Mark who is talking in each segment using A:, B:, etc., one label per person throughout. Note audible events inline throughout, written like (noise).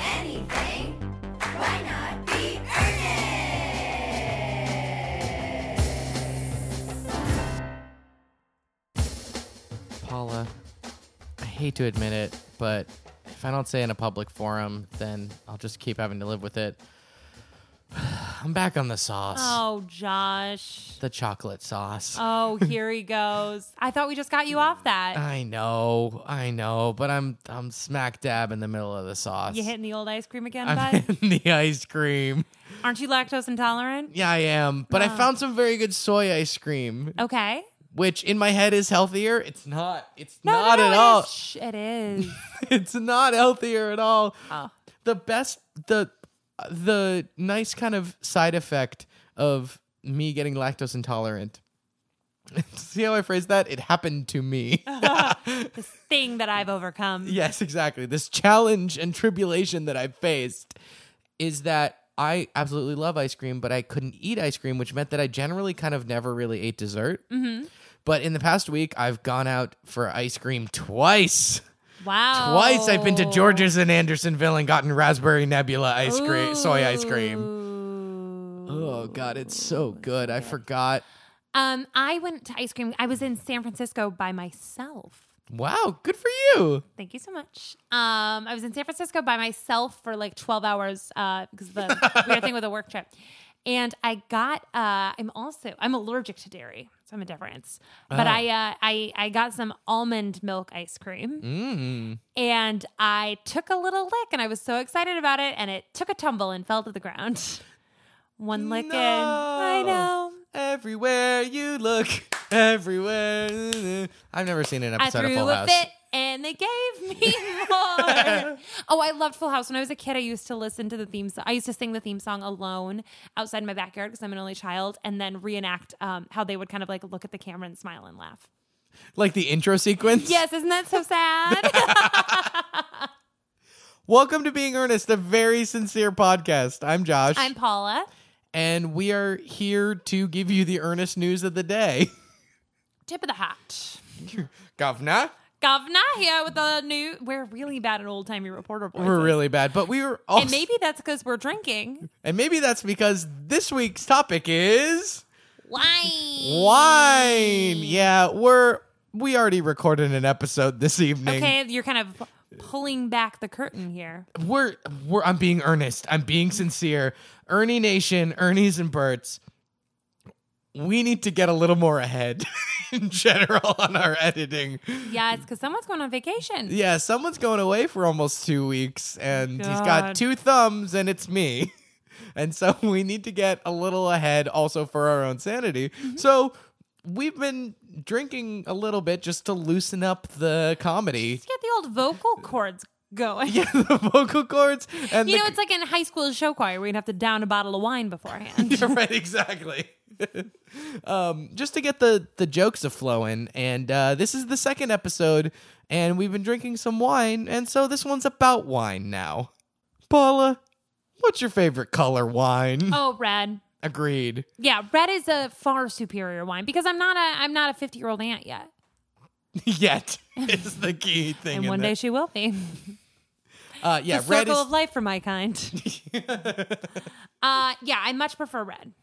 A: anything, why not be earnest?
B: Paula, I hate to admit it, but if I don't say it in a public forum, then I'll just keep having to live with it. (sighs) I'm back on the sauce.
C: Oh, Josh.
B: The chocolate sauce.
C: Oh, here
B: (laughs)
C: he goes. I thought we just got you off that.
B: I know, I know, but I'm I'm smack dab in the middle of the sauce.
C: You hitting the old ice cream again,
B: I'm
C: bud?
B: in the ice cream.
C: Aren't you
B: (laughs)
C: lactose intolerant?
B: Yeah, I am. But
C: Oh.
B: I found some very good soy ice cream,
C: Okay.
B: which in my head is healthier. It's not. It's
C: No, no,
B: not
C: no,
B: at
C: it
B: all.
C: is. Shh,
B: (laughs)
C: it is.
B: it's not healthier at all.
C: Oh.
B: The best the the nice kind of side effect of me getting lactose intolerant. (laughs) See how I phrased that? It happened to me.
C: this thing that I've overcome.
B: yes, exactly. This challenge and tribulation that I faced is that I absolutely love ice cream, but I couldn't eat ice cream, which meant that I generally kind of never really ate dessert. But in the past week, I've gone out for ice cream twice. (laughs)
C: Wow.
B: Twice I've been to
C: Oh.
B: George's and Andersonville and gotten raspberry nebula ice cream, soy ice cream.
C: Ooh.
B: Oh god, it's so good. I forgot.
C: Um, I went to ice cream. I was in San Francisco by myself.
B: Wow, good for you.
C: Thank you so much. Um, I was in San Francisco by myself for like 12 hours uh, because
B: (laughs)
C: of the weird thing with a work trip. And I got, uh, I'm also, I'm allergic to dairy, so I'm a difference. But
B: Oh.
C: I, uh, I, I got some almond milk ice cream
B: Mm.
C: and I took a little lick and I was so excited about it and it took a tumble and fell to the ground. (laughs) One lick in. I
B: No.
C: know.
B: Everywhere you look, everywhere. I've never seen an
C: I
B: episode of
C: threw
B: Full
C: a
B: House.
C: fit and they gave me (laughs) more. oh, I loved Full House. When I was a kid, I used to listen to the theme song. I used to sing the theme song alone outside my backyard because I'm an only child and then reenact um, how they would kind of like look at the camera and smile and laugh.
B: Like the intro sequence.
C: Yes, isn't that so
B: (laughs)
C: sad?
B: Welcome to Being Earnest, a very sincere podcast. I'm Josh.
C: I'm Paula.
B: and we are here to give you the earnest news of the day.
C: Tip of the hat.
B: Governor.
C: Governor here with a new. We're really bad at old timey reporter voices.
B: We're really bad, but we were also
C: And maybe that's because we're drinking
B: And maybe that's because this week's topic is
C: wine.
B: wine. Yeah, we're we already recorded an episode this evening.
C: Okay, you're kind of pulling back the curtain here.
B: We're we're I'm being earnest. I'm being sincere. Ernie Nation, Ernie's and Bert's. We need to get a little more ahead (laughs) in general on our editing.
C: Yeah, it's because someone's going on vacation.
B: Yeah, someone's going away for almost two weeks and he's got
C: God.
B: two thumbs and it's me. (laughs) And so we need to get a little ahead also for our own sanity.
C: Mm-hmm.
B: So we've been drinking a little bit just to loosen up the comedy. (laughs)
C: Let's get the old vocal cords going.
B: Yeah, the vocal cords and
C: You
B: the
C: know, it's like in high school show choir where you'd have to down a bottle of wine beforehand.
B: (laughs)
C: (laughs)
B: You're right, exactly. (laughs) um, just to get the the jokes a flowing, and uh, this is the second episode, and we've been drinking some wine, and so this one's about wine now. Paula, what's your favorite color wine?
C: oh, red.
B: Agreed. (laughs)
C: Yeah, red is a far superior wine because I'm not a I'm not a 50 year old aunt yet,
B: Yet is the
C: (laughs)
B: key thing.
C: and
B: in
C: one day
B: there.
C: she will be.
B: uh, yeah,
C: the
B: red
C: circle
B: is
C: of life for
B: (laughs)
C: my kind. uh, yeah, I much prefer red.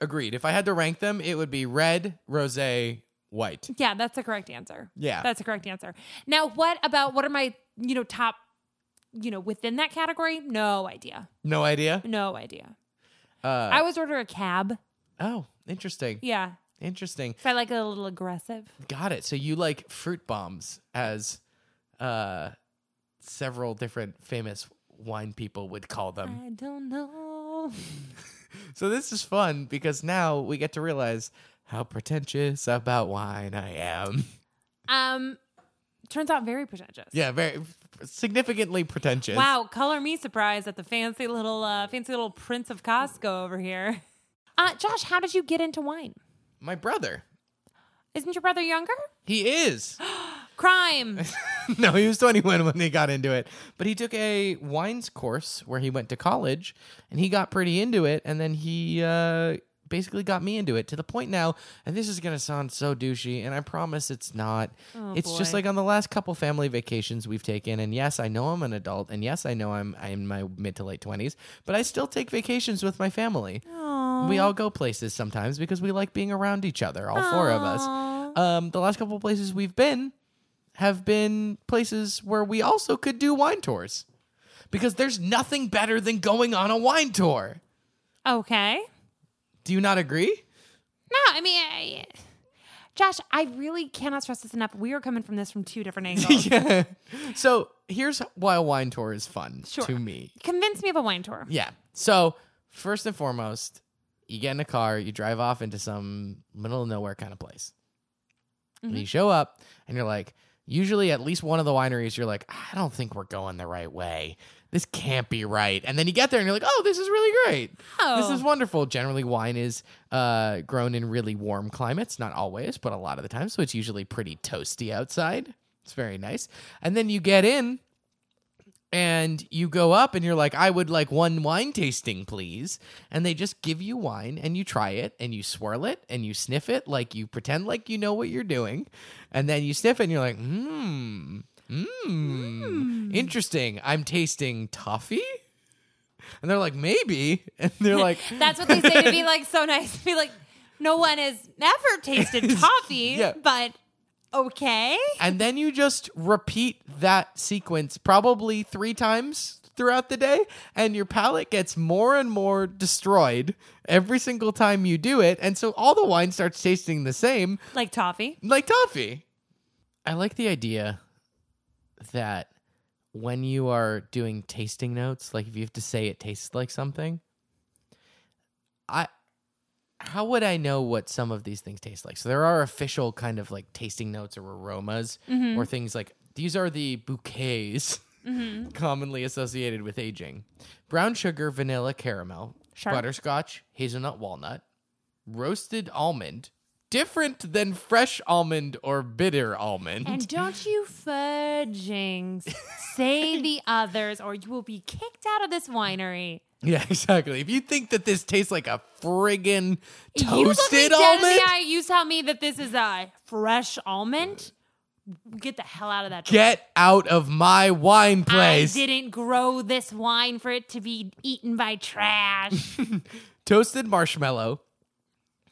B: agreed. If I had to rank them, it would be red, rosé, white.
C: Yeah, that's the correct answer.
B: Yeah.
C: That's the correct answer. Now, what about what are my, you know, top, you know, within that category? No idea.
B: No
C: (laughs)
B: idea.
C: No idea.
B: Uh,
C: I always order a cab.
B: oh, interesting.
C: Yeah.
B: Interesting.
C: If I like it a little aggressive.
B: Got it. So you like fruit bombs as uh several different famous wine people would call them.
C: I don't know.
B: So this is fun because now we get to realize how pretentious about wine I am. (laughs)
C: Um, turns out very pretentious.
B: Yeah, very significantly pretentious.
C: Wow, color me surprised at the fancy little uh, fancy little prince of Costco over here. Uh, Josh, how did you get into wine?
B: My brother.
C: Isn't your brother younger?
B: He is. (laughs)
C: Crime.
B: no, he was 21 when he got into it. But he took a wines course where he went to college and he got pretty into it and then he uh basically got me into it to the point now, and this is going to sound so douchey, and I promise it's not.
C: Oh,
B: it's just
C: boy.
B: like on the last couple family vacations we've taken, and yes, I know I'm an adult, and yes, I know I'm, I'm in my mid to late 20s, but I still take vacations with my family. We all go places sometimes because we like being around each other, all four of
C: Aw.
B: us. Um, the last couple of places we've been have been places where we also could do wine tours because there's nothing better than going on a wine tour.
C: okay.
B: Do you not agree?
C: No, I mean, I, Josh, I really cannot stress this enough. We are coming from this from two
B: (laughs)
C: different angles.
B: yeah. So here's why a wine tour is fun
C: Sure.
B: to me.
C: Convince me of a wine tour.
B: Yeah. So first and foremost, you get in a car, you drive off into some middle of nowhere kind of place. And you show up and you're like, usually at least one of the wineries, you're like, I don't think we're going the right way. This can't be right. And then you get there and you're like, oh, this is really great.
C: Oh.
B: This is wonderful. Generally, wine is uh, grown in really warm climates, not always, but a lot of the time. So it's usually pretty toasty outside. It's very nice. And then you get in and you go up and you're like, I would like one wine tasting, please. And they just give you wine and you try it and you swirl it and you sniff it like you pretend like you know what you're doing. And then you sniff it and you're like, hmm, hmm, interesting. I'm tasting toffee. And they're like, maybe. (laughs) And they're like,
C: That's what they say (laughs) to be like so nice. Be like, no one has ever tasted (laughs) toffee,
B: Yeah.
C: but okay.
B: and then you just repeat that sequence probably three times throughout the day and your palate gets more and more destroyed every single time you do it and so all the wine starts tasting the same
C: Like toffee.
B: like toffee i like the idea that when you are doing tasting notes like if you have to say it tastes like something i how would i know what some of these things taste like so there are official kind of like tasting notes or aromas or things like these are the bouquets (laughs) commonly associated with aging brown sugar vanilla caramel
C: Sure.
B: butterscotch hazelnut walnut roasted almond different than fresh almond or bitter almond
C: And don't you fudging say the others, or you will be kicked out of this winery.
B: (laughs) Yeah, exactly. If you think that this tastes like a friggin'
C: you look me
B: toasted
C: dead in
B: almond,
C: the eye. You tell me that this is a fresh almond. Get the hell out of that. door.
B: get out of my wine place.
C: I didn't grow this wine for it to be eaten
B: (laughs)
C: by trash.
B: Toasted marshmallow.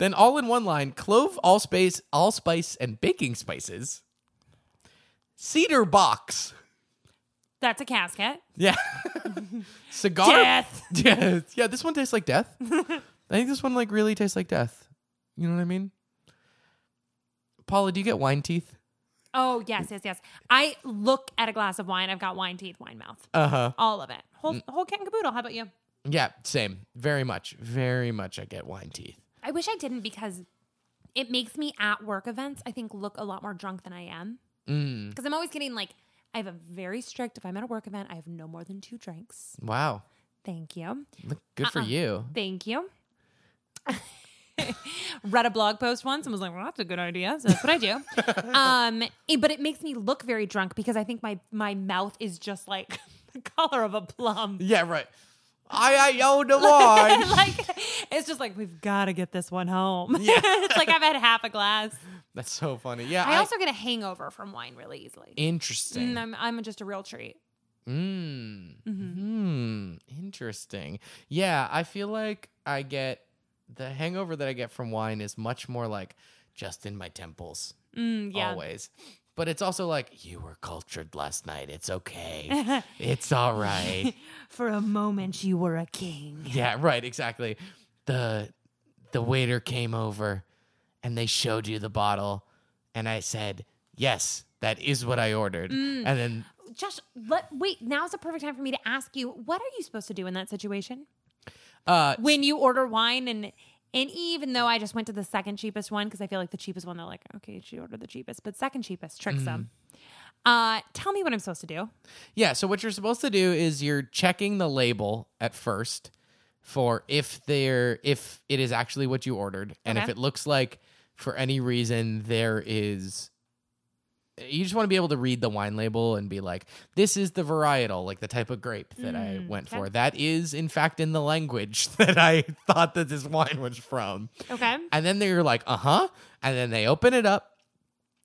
B: Then all in one line, clove, allspice, allspice, and baking spices. Cedar box.
C: That's a casket. (laughs)
B: Yeah. Cigar.
C: Death.
B: (laughs) Yeah, yeah. This one tastes like
C: (laughs)
B: death. I think this one like really tastes like death. You know what I mean? Paula, do you get wine teeth?
C: Oh yes, yes, yes. I look at a glass of wine. I've got wine teeth, wine mouth,
B: Uh huh.
C: all of it, whole whole cat and caboodle. How about you?
B: Yeah, same. Very much, very much. I get wine teeth.
C: I wish I didn't because it makes me at work events. I think look a lot more drunk than I am because I'm always getting like I have a very strict. If I'm at a work event, I have no more than two drinks.
B: Wow.
C: Thank you.
B: Look, Good
C: Uh-uh.
B: for you.
C: Thank you. (laughs) Read a blog post once and was like, "Well, that's a good idea." So that's what I do.
B: (laughs)
C: um, eh, but it makes me look very drunk because I think my my mouth is just like (laughs) the color of a plum.
B: Yeah,
C: (laughs)
B: right. I I own the wine.
C: like it's just like we've got to get this one home. (laughs) it's like I've had half a glass.
B: That's so funny. Yeah.
C: I, also get a hangover from wine really easily.
B: interesting.
C: Mm, I'm, I'm just a real treat.
B: Mm. Hmm. Interesting. Yeah, I feel like I get the hangover that I get from wine is much more like just in my temples
C: Mm, yeah.
B: always. But it's also like you were cultured last night. It's okay. it's all right.
C: For a moment, you were a king.
B: Yeah, right, exactly. The the waiter came over and they showed you the bottle and I said, "Yes, that is what I ordered." And then
C: Josh, let wait. Now's the perfect time for me to ask you: What are you supposed to do in that situation
B: uh
C: when you order wine and? And even though I just went to the second cheapest one because I feel like the cheapest one, they're like, okay, she ordered the cheapest, but second cheapest tricks them. Uh, tell me what I'm supposed to do.
B: Yeah. So what you're supposed to do is you're checking the label at first for if there if it is actually what you ordered, and if
C: Okay.
B: it looks like for any reason there is you just want to be able to read the wine label and be like, this is the varietal, like the type of grape that I went
C: okay.
B: for. That is, in fact, in the language (laughs) that I thought that this wine was from.
C: Okay.
B: And then they're like, uh huh. And then they open it up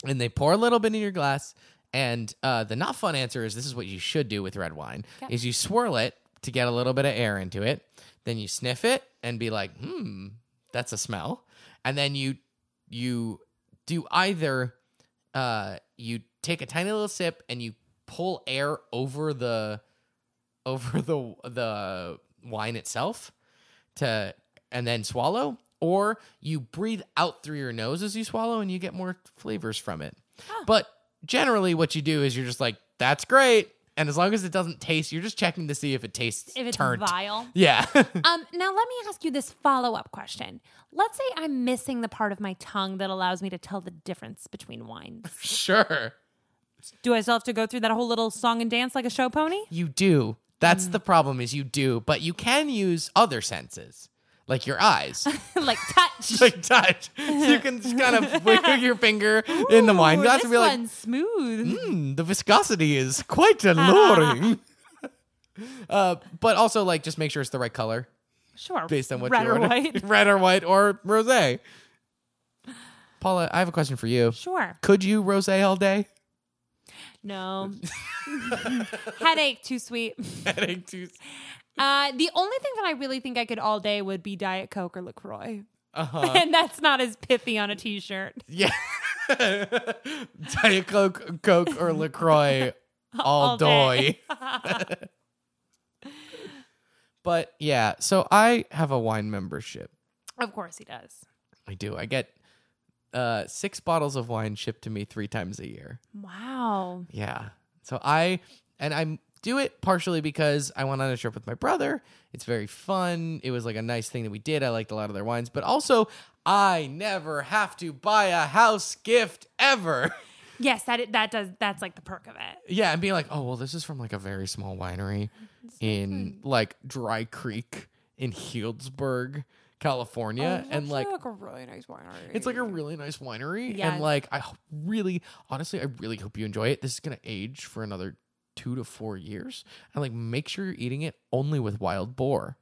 B: and they pour a little bit in your glass. And uh, the not fun answer is this is what you should do with red wine
C: Okay.
B: is you swirl it to get a little bit of air into it. Then you sniff it and be like, hmm, that's a smell. And then you you do either uh, you take a tiny little sip and you pull air over the over the the wine itself to and then swallow or you breathe out through your nose as you swallow and you get more flavors from it but generally what you do is you're just like that's great and as long as it doesn't taste you're just checking to see if it tastes
C: If it's
B: turnt
C: vile.
B: yeah (laughs)
C: Um, now let me ask you this follow-up question. Let's say I'm missing the part of my tongue that allows me to tell the difference between wines.
B: sure
C: Do I still have to go through that whole little song and dance like a show pony?
B: you do that's
C: Mm.
B: the problem is you do but you can use other senses like your
C: (laughs)
B: eyes
C: (laughs)
B: (laughs)
C: like touch.
B: like touch. So you can just kind
C: (laughs)
B: of wiggle your finger in the wine
C: Ooh,
B: glass
C: this
B: and be like,
C: one's smooth.
B: "Hmm, the viscosity is quite alluring.
C: (laughs)
B: uh, but also, like, just make sure it's the right color
C: Sure.
B: based on what
C: Red
B: you
C: or
B: ordered.
C: (laughs)
B: (laughs)
C: white.
B: red or white or rosé. Paula, I have a question for you.
C: Sure.
B: Could you rosé all day? (laughs)
C: No.
B: (laughs)
C: Headache. Too sweet.
B: Headache too.
C: Uh, the only thing that I really think I could all day would be Diet Coke or Lacroix,
B: Uh huh.
C: (laughs) and that's not as pithy on a T-shirt.
B: Yeah. (laughs) Diet Coke, Coke, or Lacroix all,
C: All
B: day.
C: day.
B: but yeah, so I have a wine membership.
C: Of course he does.
B: I do. I get uh, six bottles of wine shipped to me three times a year.
C: Wow.
B: Yeah. So I and I do it partially because I went on a trip with my brother. It's very fun. It was like a nice thing that we did. I liked a lot of their wines, but also I never have to buy a house gift ever. (laughs)
C: Yes, that it, that does. That's like the perk of it.
B: yeah, and being like, oh well, this is from like a very small winery in like Dry Creek in Healdsburg, California, and like
C: Oh, a really nice winery.
B: It's like a really nice winery.
C: Yeah.
B: And like, I h- really, honestly, I really hope you enjoy it. This is going to age for another two to four years. And like, make sure you're eating it only with wild boar.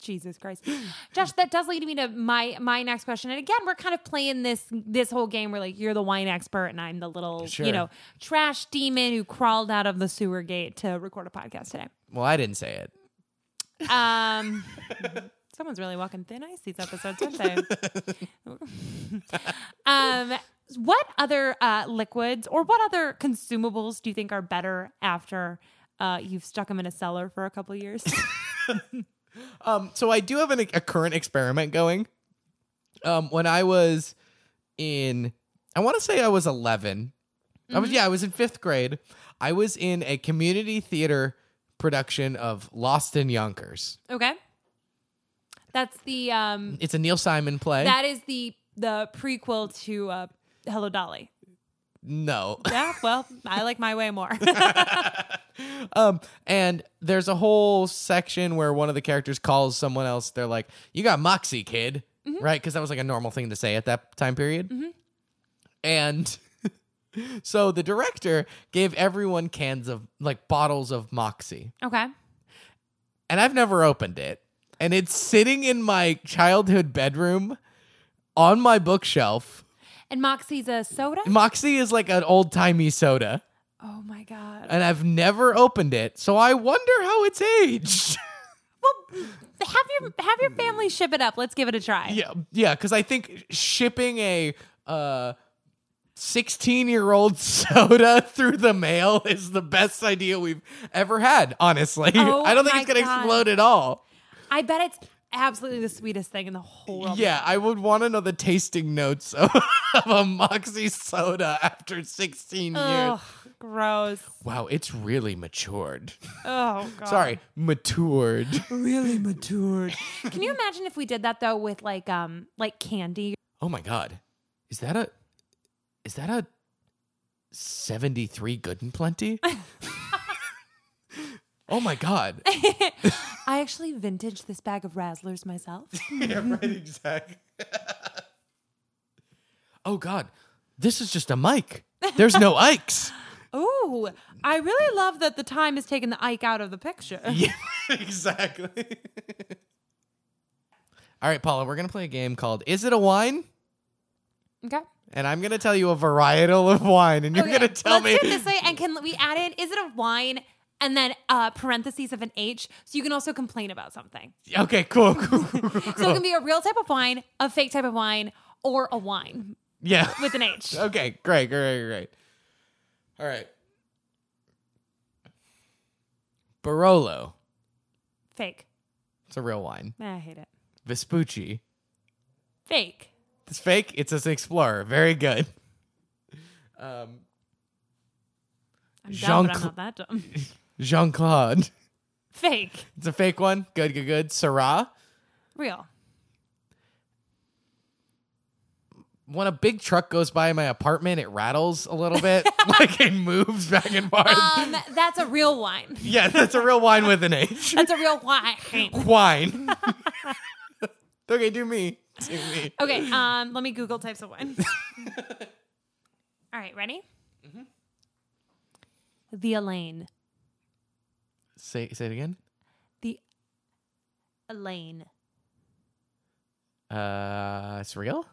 C: Jesus Christ, (gasps) Josh. That does lead me to my my next question. And again, we're kind of playing this this whole game where like you're the wine expert and I'm the little
B: Sure.
C: you know trash demon who crawled out of the sewer gate to record a podcast today.
B: Well, I didn't say it.
C: Um, someone's really walking thin ice these episodes, aren't (laughs) they? um, what other uh, liquids or what other consumables do you think are better after uh, you've stuck them in a cellar for a couple years?
B: Um, so I do have an, a current experiment going. Um, when I was in, I want to say I was 11. I was, yeah, I was in fifth grade. I was in a community theater production of Lost in Yonkers.
C: (laughs) okay, that's the um,
B: It's a Neil Simon play.
C: that is the the prequel to uh, Hello Dolly.
B: no.
C: Yeah, well, I like my way more. (laughs)
B: Um, and there's a whole section where one of the characters calls someone else. They're like, "You got moxie, kid," right? Because that was like a normal thing to say at that time period. And (laughs) so the director gave everyone cans of like bottles of moxie,
C: okay,
B: and I've never opened it, and it's sitting in my childhood bedroom on my bookshelf.
C: and Moxie's a soda.
B: Moxie is like an old timey soda,
C: oh my god.
B: and I've never opened it, so I wonder how it's aged. (laughs)
C: Well, have your have your family ship it up. Let's give it a try.
B: Yeah, yeah, because I think shipping a uh, sixteen-year-old (laughs) soda through the mail is the best idea we've ever had. Honestly, (laughs)
C: Oh
B: I don't think
C: my
B: it's gonna
C: God.
B: explode at all.
C: I bet it's absolutely the sweetest thing in the whole world.
B: Yeah, I would want to know the tasting notes of, (laughs) of a Moxie soda after sixteen years.
C: Ugh, gross.
B: Wow, it's really matured.
C: Oh god.
B: Sorry, matured.
C: Really matured. Can you imagine if we did that though with like um like
B: (laughs)
C: candy?
B: Oh my god, is that a is that a seventy-three good and
C: (laughs)
B: plenty? oh my
C: (laughs)
B: god.
C: I actually vintage this bag of Razzlers myself.
B: yeah, right, exactly. (laughs) oh God, This is just a mic. There's no
C: (laughs)
B: Ikes.
C: Ooh, I really love that the time has taken the Ike out of the picture.
B: yeah, exactly. (laughs) All right, Paula, we're going to play a game called Is It a Wine?
C: Okay.
B: And I'm going to tell you a varietal of wine, and you're
C: Okay,
B: going to tell
C: let's
B: me.
C: do it this way, and can we add in? Is it a wine? And then uh, parentheses of an H, so you can also complain about something.
B: (laughs) Okay, cool, cool, cool, cool,
C: So it
B: cool.
C: can be a real type of wine, a fake type of wine, or a wine
B: Yeah.
C: with
B: (laughs)
C: an H.
B: Okay, great, great, great. All right. Barolo.
C: Fake.
B: It's a real wine.
C: I hate it.
B: Vespucci.
C: Fake.
B: It's fake. It's an explorer. Very good. Um,
C: I'm dumb, but I'm
B: Jean-Cla-
C: not that dumb. (laughs)
B: Jean Claude.
C: Fake.
B: It's a fake one. Good, good, good. Syrah.
C: Real.
B: When a big truck goes by my apartment, it rattles a little bit, (laughs) like it moves back and forth.
C: Um, that's a real wine.
B: yeah, that's a real wine with an H.
C: That's a real wine.
B: (laughs) Wine. okay, do me. Do me.
C: Okay. Um, let me Google types of wine. (laughs) All right. Ready?
B: Mm-hmm.
C: The Elaine.
B: Say say it again.
C: The Elaine.
B: Uh, it's real.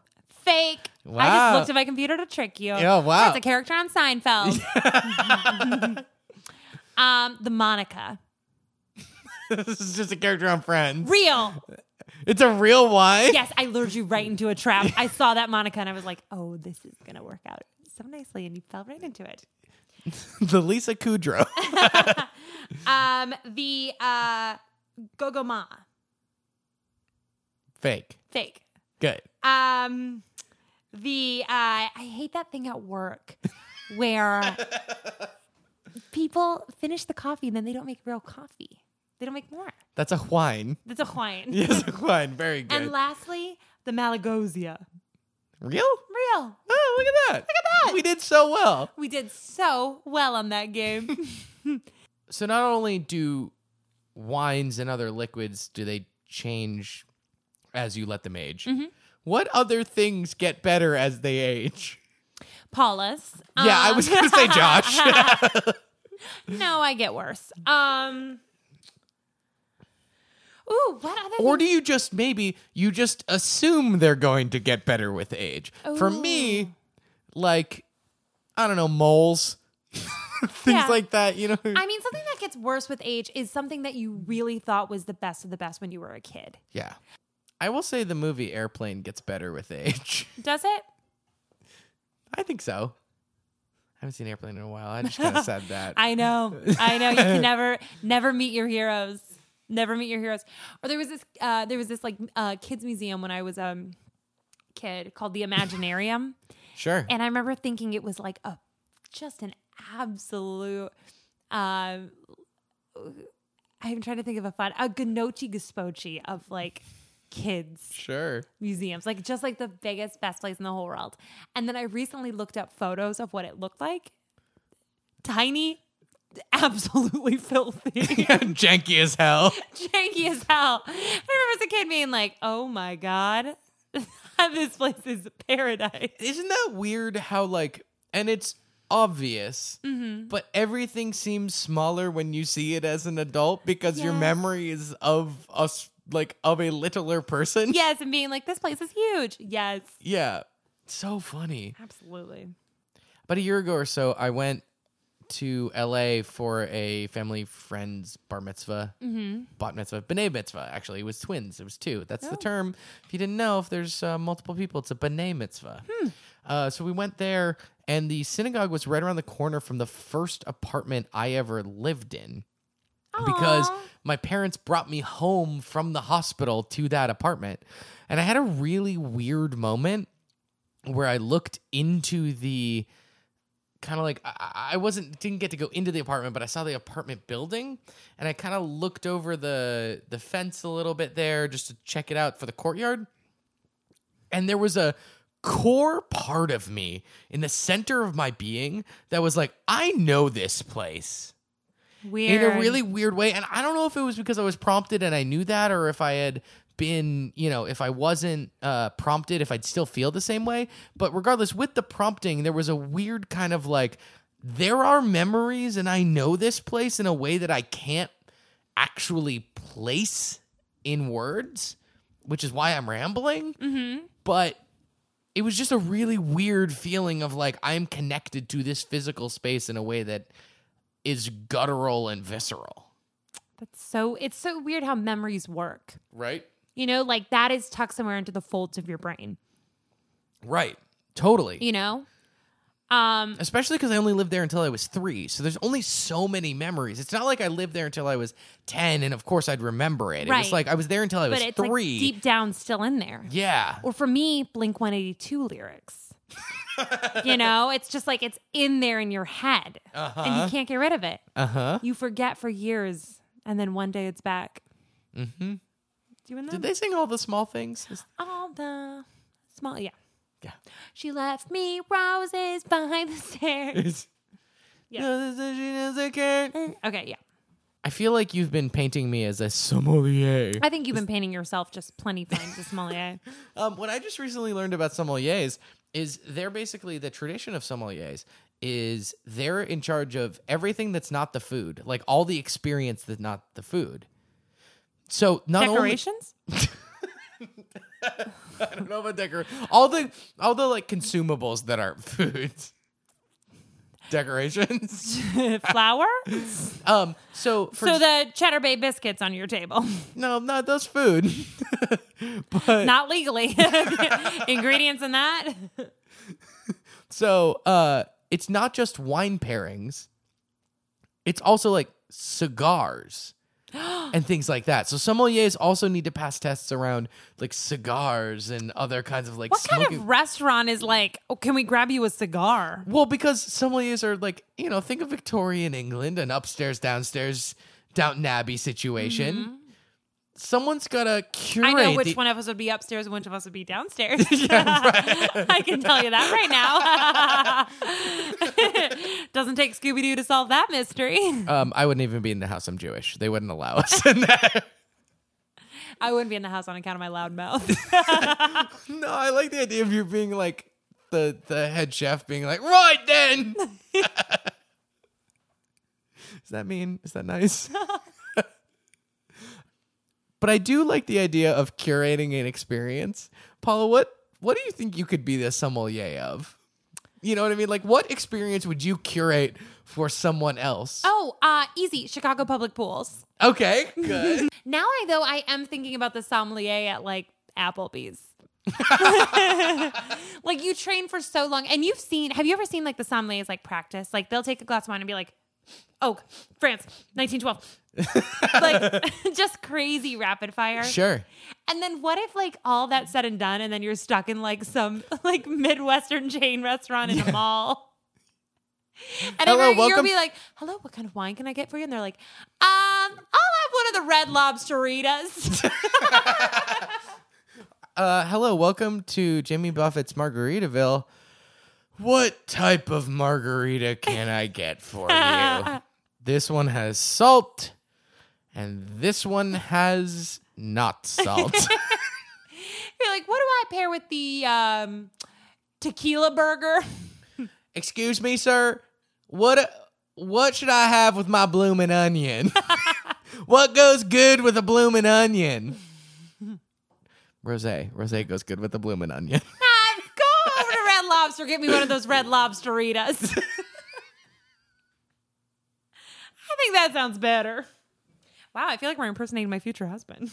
C: Fake. I
B: Wow.
C: just looked at my computer to trick you.
B: Yeah, wow.
C: That's a character
B: (laughs)
C: on Seinfeld. (laughs) um, the Monica.
B: (laughs) this is just a character on Friends.
C: Real.
B: It's a real wine.
C: Yes, I lured you right into a trap. I saw that Monica and I was like, oh, this is going to work out so nicely. And you fell right into it.
B: (laughs) the Lisa Kudrow. (laughs)
C: Um, the uh, Gogo Ma.
B: fake.
C: Fake.
B: Good.
C: Um, the uh, I hate that thing at work where people finish the coffee and then they don't make real coffee. They don't make more.
B: That's a wine. (laughs)
C: That's a wine.
B: Yes, a wine. Very good.
C: And lastly, the Malagosia.
B: real?
C: Real.
B: Oh, look at that. Look at that. We did so well.
C: We did so well on that game.
B: So not only do wines and other liquids do they change as you let them age. What other things get better as they age?
C: Paulus.
B: yeah, I
C: Um,
B: was going to say
C: (laughs)
B: Josh.
C: no, I get worse. Um. Ooh, what other?
B: or
C: thing-
B: do you just maybe you just assume they're going to get better with age? For me, like I don't know, moles, (laughs) things
C: Yeah.
B: like that, you know.
C: I mean, something that gets worse with age is something that you really thought was the best of the best when you were a kid.
B: yeah. I will say the movie Airplane gets better with age. (laughs)
C: Does it?
B: I think so. I haven't seen Airplane in a while. I just kind of said that.
C: (laughs) I know. I know.
B: (laughs)
C: You can never, never meet your heroes. Never meet your heroes. Or there was this, uh, there was this like uh, kids museum when I was um kid called the Imaginarium,
B: sure.
C: and I remember thinking it was like a just an absolute. Um, I'm trying to think of a fun a Gnocchi Gazpacho of like kids
B: sure. (laughs)
C: museums, like just like the biggest, best place in the whole world. And then I recently looked up photos of what it looked like. Tiny, (laughs) absolutely filthy, (laughs)
B: Janky as hell.
C: janky as hell. I remember as a kid being like, "Oh my god, (laughs) this place is paradise."
B: Isn't that weird how like and it's obvious, but everything seems smaller when you see it as an adult because your
C: Yes.
B: memory is of us like of a littler person.
C: Yes, and being like, "This place is huge." Yes,
B: Yeah. So funny.
C: absolutely.
B: About a year ago or so, I went to LA for a family friend's bar mitzvah, mm-hmm. bat mitzvah, b'nai mitzvah. Actually, it was twins. It was two. That's the term. If you didn't know, if there's uh, multiple people, it's a b'nai mitzvah. Uh, so we went there, and the synagogue was right around the corner from the first apartment I ever lived in because
C: Aw.
B: my parents brought me home from the hospital to that apartment. And I had a really weird moment where I looked into the kind of like I- I, I wasn't didn't get to go into the apartment, but I saw the apartment building, and I kind of looked over the the fence a little bit there just to check it out for the courtyard, and there was a core part of me in the center of my being that was like, I know this place
C: weird.
B: in a really weird way. And I don't know if it was because I was prompted and I knew that, or if I had been, you know, if I wasn't uh, prompted, if I'd still feel the same way. But regardless, with the prompting, there was a weird kind of like, there are memories, and I know this place in a way that I can't actually place in words, which is why I'm rambling. But it was just a really weird feeling of like, I'm connected to this physical space in a way that is guttural and visceral.
C: That's so it's so weird how memories work.
B: Right?
C: You know, like that is tucked somewhere into the folds of your brain.
B: Right. Totally.
C: You know, um,
B: especially because I only lived there until I was three. So there's only so many memories. It's not like I lived there until I was ten, and of course I'd remember it. It was
C: Right.
B: like I was there until I was
C: but it's
B: three.
C: like deep down still in there.
B: yeah,
C: Or for me, Blink One Eighty Two lyrics.
B: (laughs)
C: you know, it's just like it's in there in your head, and
B: Uh-huh.
C: you can't get rid of it.
B: uh huh.
C: You forget for years, and then one day it's back. Mm-hmm. Doing that?
B: Did they sing all the small things? Is-
C: all the small yeah
B: Yeah.
C: she left me roses by
B: (laughs)
C: the stairs Yeah.
B: No decision is a care.
C: okay yeah
B: I feel like you've been painting me as a sommelier.
C: i think you've been painting yourself just plenty times this sommelier
B: Um, what I just recently learned about sommeliers is they're basically the tradition of sommeliers is they're in charge of everything that's not the food, like all the experience that's not the food. So (laughs) not only
C: decorations
B: (laughs)
C: (laughs)
B: I don't know about decor, all the all the like consumables that aren't (laughs) food, decorations. (laughs)
C: flour
B: Um, so for
C: so the cheddar bay biscuits on your table
B: (laughs) no, not those food, (laughs) but
C: not legally (laughs) ingredients in that
B: So uh it's not just wine pairings. It's also like cigars
C: (gasps)
B: and things like that. So sommeliers also need to pass tests around like cigars and other kinds of like
C: what
B: smoking.
C: kind of restaurant is like oh can we grab you a cigar
B: well, because sommeliers are like, you know, think of Victorian England, an upstairs, downstairs, Downton Abbey situation. Someone's got to curate.
C: Mm-hmm. I know which
B: the-
C: one of us would be upstairs and which of us would be downstairs.
B: (laughs)
C: (laughs) I can tell you that right now. (laughs) Doesn't take Scooby Doo to solve that mystery.
B: Um, I wouldn't even be in the house. I'm Jewish. They wouldn't allow us
C: (laughs)
B: in there.
C: I wouldn't be in the house on account of my loud mouth. (laughs)
B: No, I like the idea of you being like the the head chef being like, right then. Is that mean? Is that nice? (laughs) but I do like the idea of curating an experience. Paula, what what do you think you could be the sommelier of? You know what I mean? Like, what experience would you curate for someone else?
C: oh, uh, easy. Chicago public pools.
B: Okay, good.
C: Now I though I am thinking about the sommelier at like Applebee's. (laughs) like you train for so long, and you've seen. Have you ever seen like the sommeliers like practice? Like they'll take a glass of wine and be like, "Oh, France, 1912." (laughs) like (laughs) just crazy rapid fire.
B: sure.
C: And then what if like all that's said and done, and then you're stuck in like some (laughs) like midwestern chain restaurant in a mall.
B: (laughs)
C: And
B: Hello,
C: everyone- you'll
B: welcome-
C: be like, "Hello, what kind of wine can I get for you?" And they're like, "Um, I'll have one of the red lobsteritas." (laughs)
B: Uh, hello, welcome to Jimmy Buffett's Margaritaville. What type of margarita can I get for you? This one has salt, and this one has not salt.
C: you're like, "What do I pair with the um, tequila burger?"
B: Excuse me, sir. What uh, what should I have with my bloomin' onion? what goes good with a bloomin' onion? Rosé. Rosé goes good with the bloomin' onion. (laughs)
C: "Ah, Go over to Red Lobster, get me one of those red lobsteritas. (laughs) I think that sounds better. Wow, I feel like we're impersonating my future husband.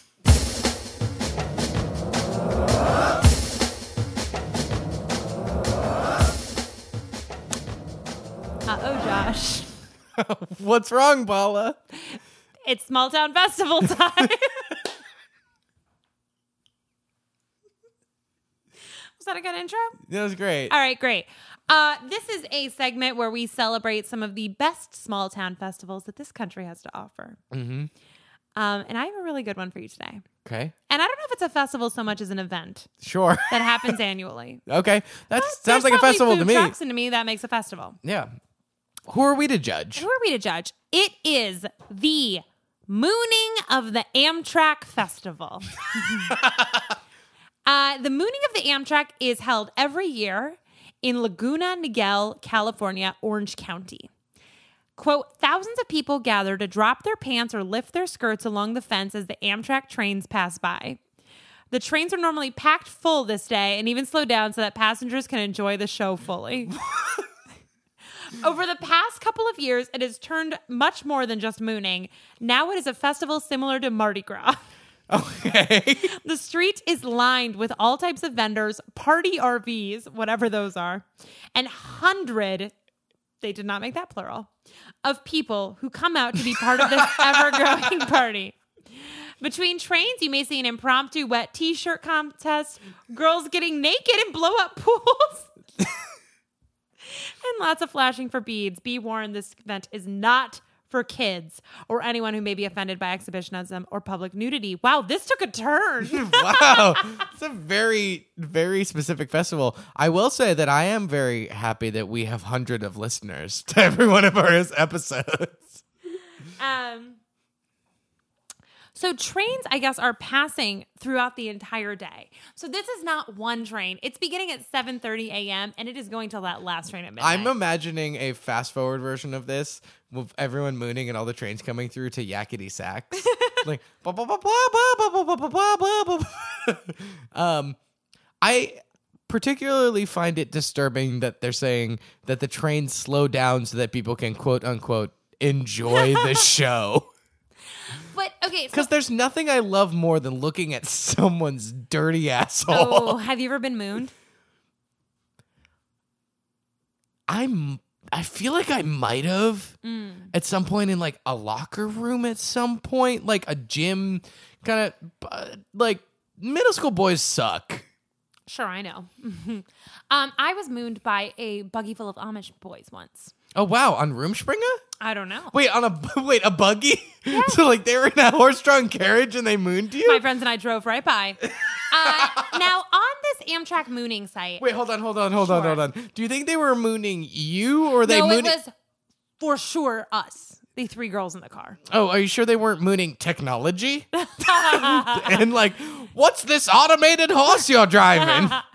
C: Uh oh, Josh.
B: What's wrong, Paula?
C: It's small town festival (laughs) time. Was that a good intro?
B: That was great.
C: All right, great. Uh, this is a segment where we celebrate some of the best small town festivals that this country has to offer.
B: Mm-hmm.
C: Um, and I have a really good one for you today.
B: Okay.
C: And I don't know if it's a festival so much as an event
B: Sure.
C: that happens annually.
B: Okay, that Ah. sounds
C: There's
B: like a
C: probably
B: festival
C: food
B: to me.
C: Trucks, and to me, that makes a festival.
B: Yeah. Who are we to judge? (laughs)
C: Who are we to judge? It is the Mooning of the Amtrak Festival. uh, the mooning of the Amtrak is held every year in Laguna Niguel, California, Orange County. Quote, thousands of people gather to drop their pants or lift their skirts along the fence as the Amtrak trains pass by. The trains are normally packed full this day and even slow down so that passengers can enjoy the show fully. Over the past couple of years, it has turned much more than just mooning. Now it is a festival similar to Mardi Gras. (laughs)
B: Okay.
C: The street is lined with all types of vendors, party RVs, whatever those are, and hundred they did not make that plural of people who come out to be part of this ever-growing party. Between trains, you may see an impromptu wet t-shirt contest, girls getting naked in blow-up (laughs) pools. and lots of flashing for beads. Be warned, this event is not for kids or anyone who may be offended by exhibitionism or public nudity. Wow, this took a turn.
B: wow. It's a very, very specific festival. I will say that I am very happy that we have hundred of listeners to every one of our episodes.
C: um, so trains, I guess, are passing throughout the entire day. So this is not one train. It's beginning at 7:30 a.m. and it is going till that last train at midnight.
B: I'm imagining a fast forward version of this with everyone mooning and all the trains coming through to Yakety Sax. like blah blah blah blah blah blah blah blah blah blah blah. (laughs) Um I particularly find it disturbing that they're saying that the trains slow down so that people can quote unquote enjoy the show.
C: but okay, so
B: Because there's nothing I love more than looking at (laughs) someone's dirty asshole. (laughs)
C: oh, have you ever been mooned?
B: I'm. I feel like I might have
C: Mm,
B: at some point in like a locker room at some point, like a gym, kind of like middle school boys suck.
C: Sure, I know. (laughs) um, I was mooned by a buggy full of Amish boys once.
B: Oh wow, on Roomspringa?
C: I don't know.
B: Wait, on a (laughs) wait a buggy? (laughs) So like they were in a horse-drawn carriage and they mooned you?
C: My friends and I drove
B: (laughs)
C: right by. Uh, now, on this Amtrak mooning site,
B: wait, hold on, hold on, hold on,
C: Sure.
B: hold on. Do you think they were mooning you or they
C: no,
B: mooning?
C: it was for sure us, the three girls in the car.
B: Oh, are you sure they weren't mooning
C: (laughs)
B: technology? (laughs) and like, what's this automated horse you're driving?
C: (laughs)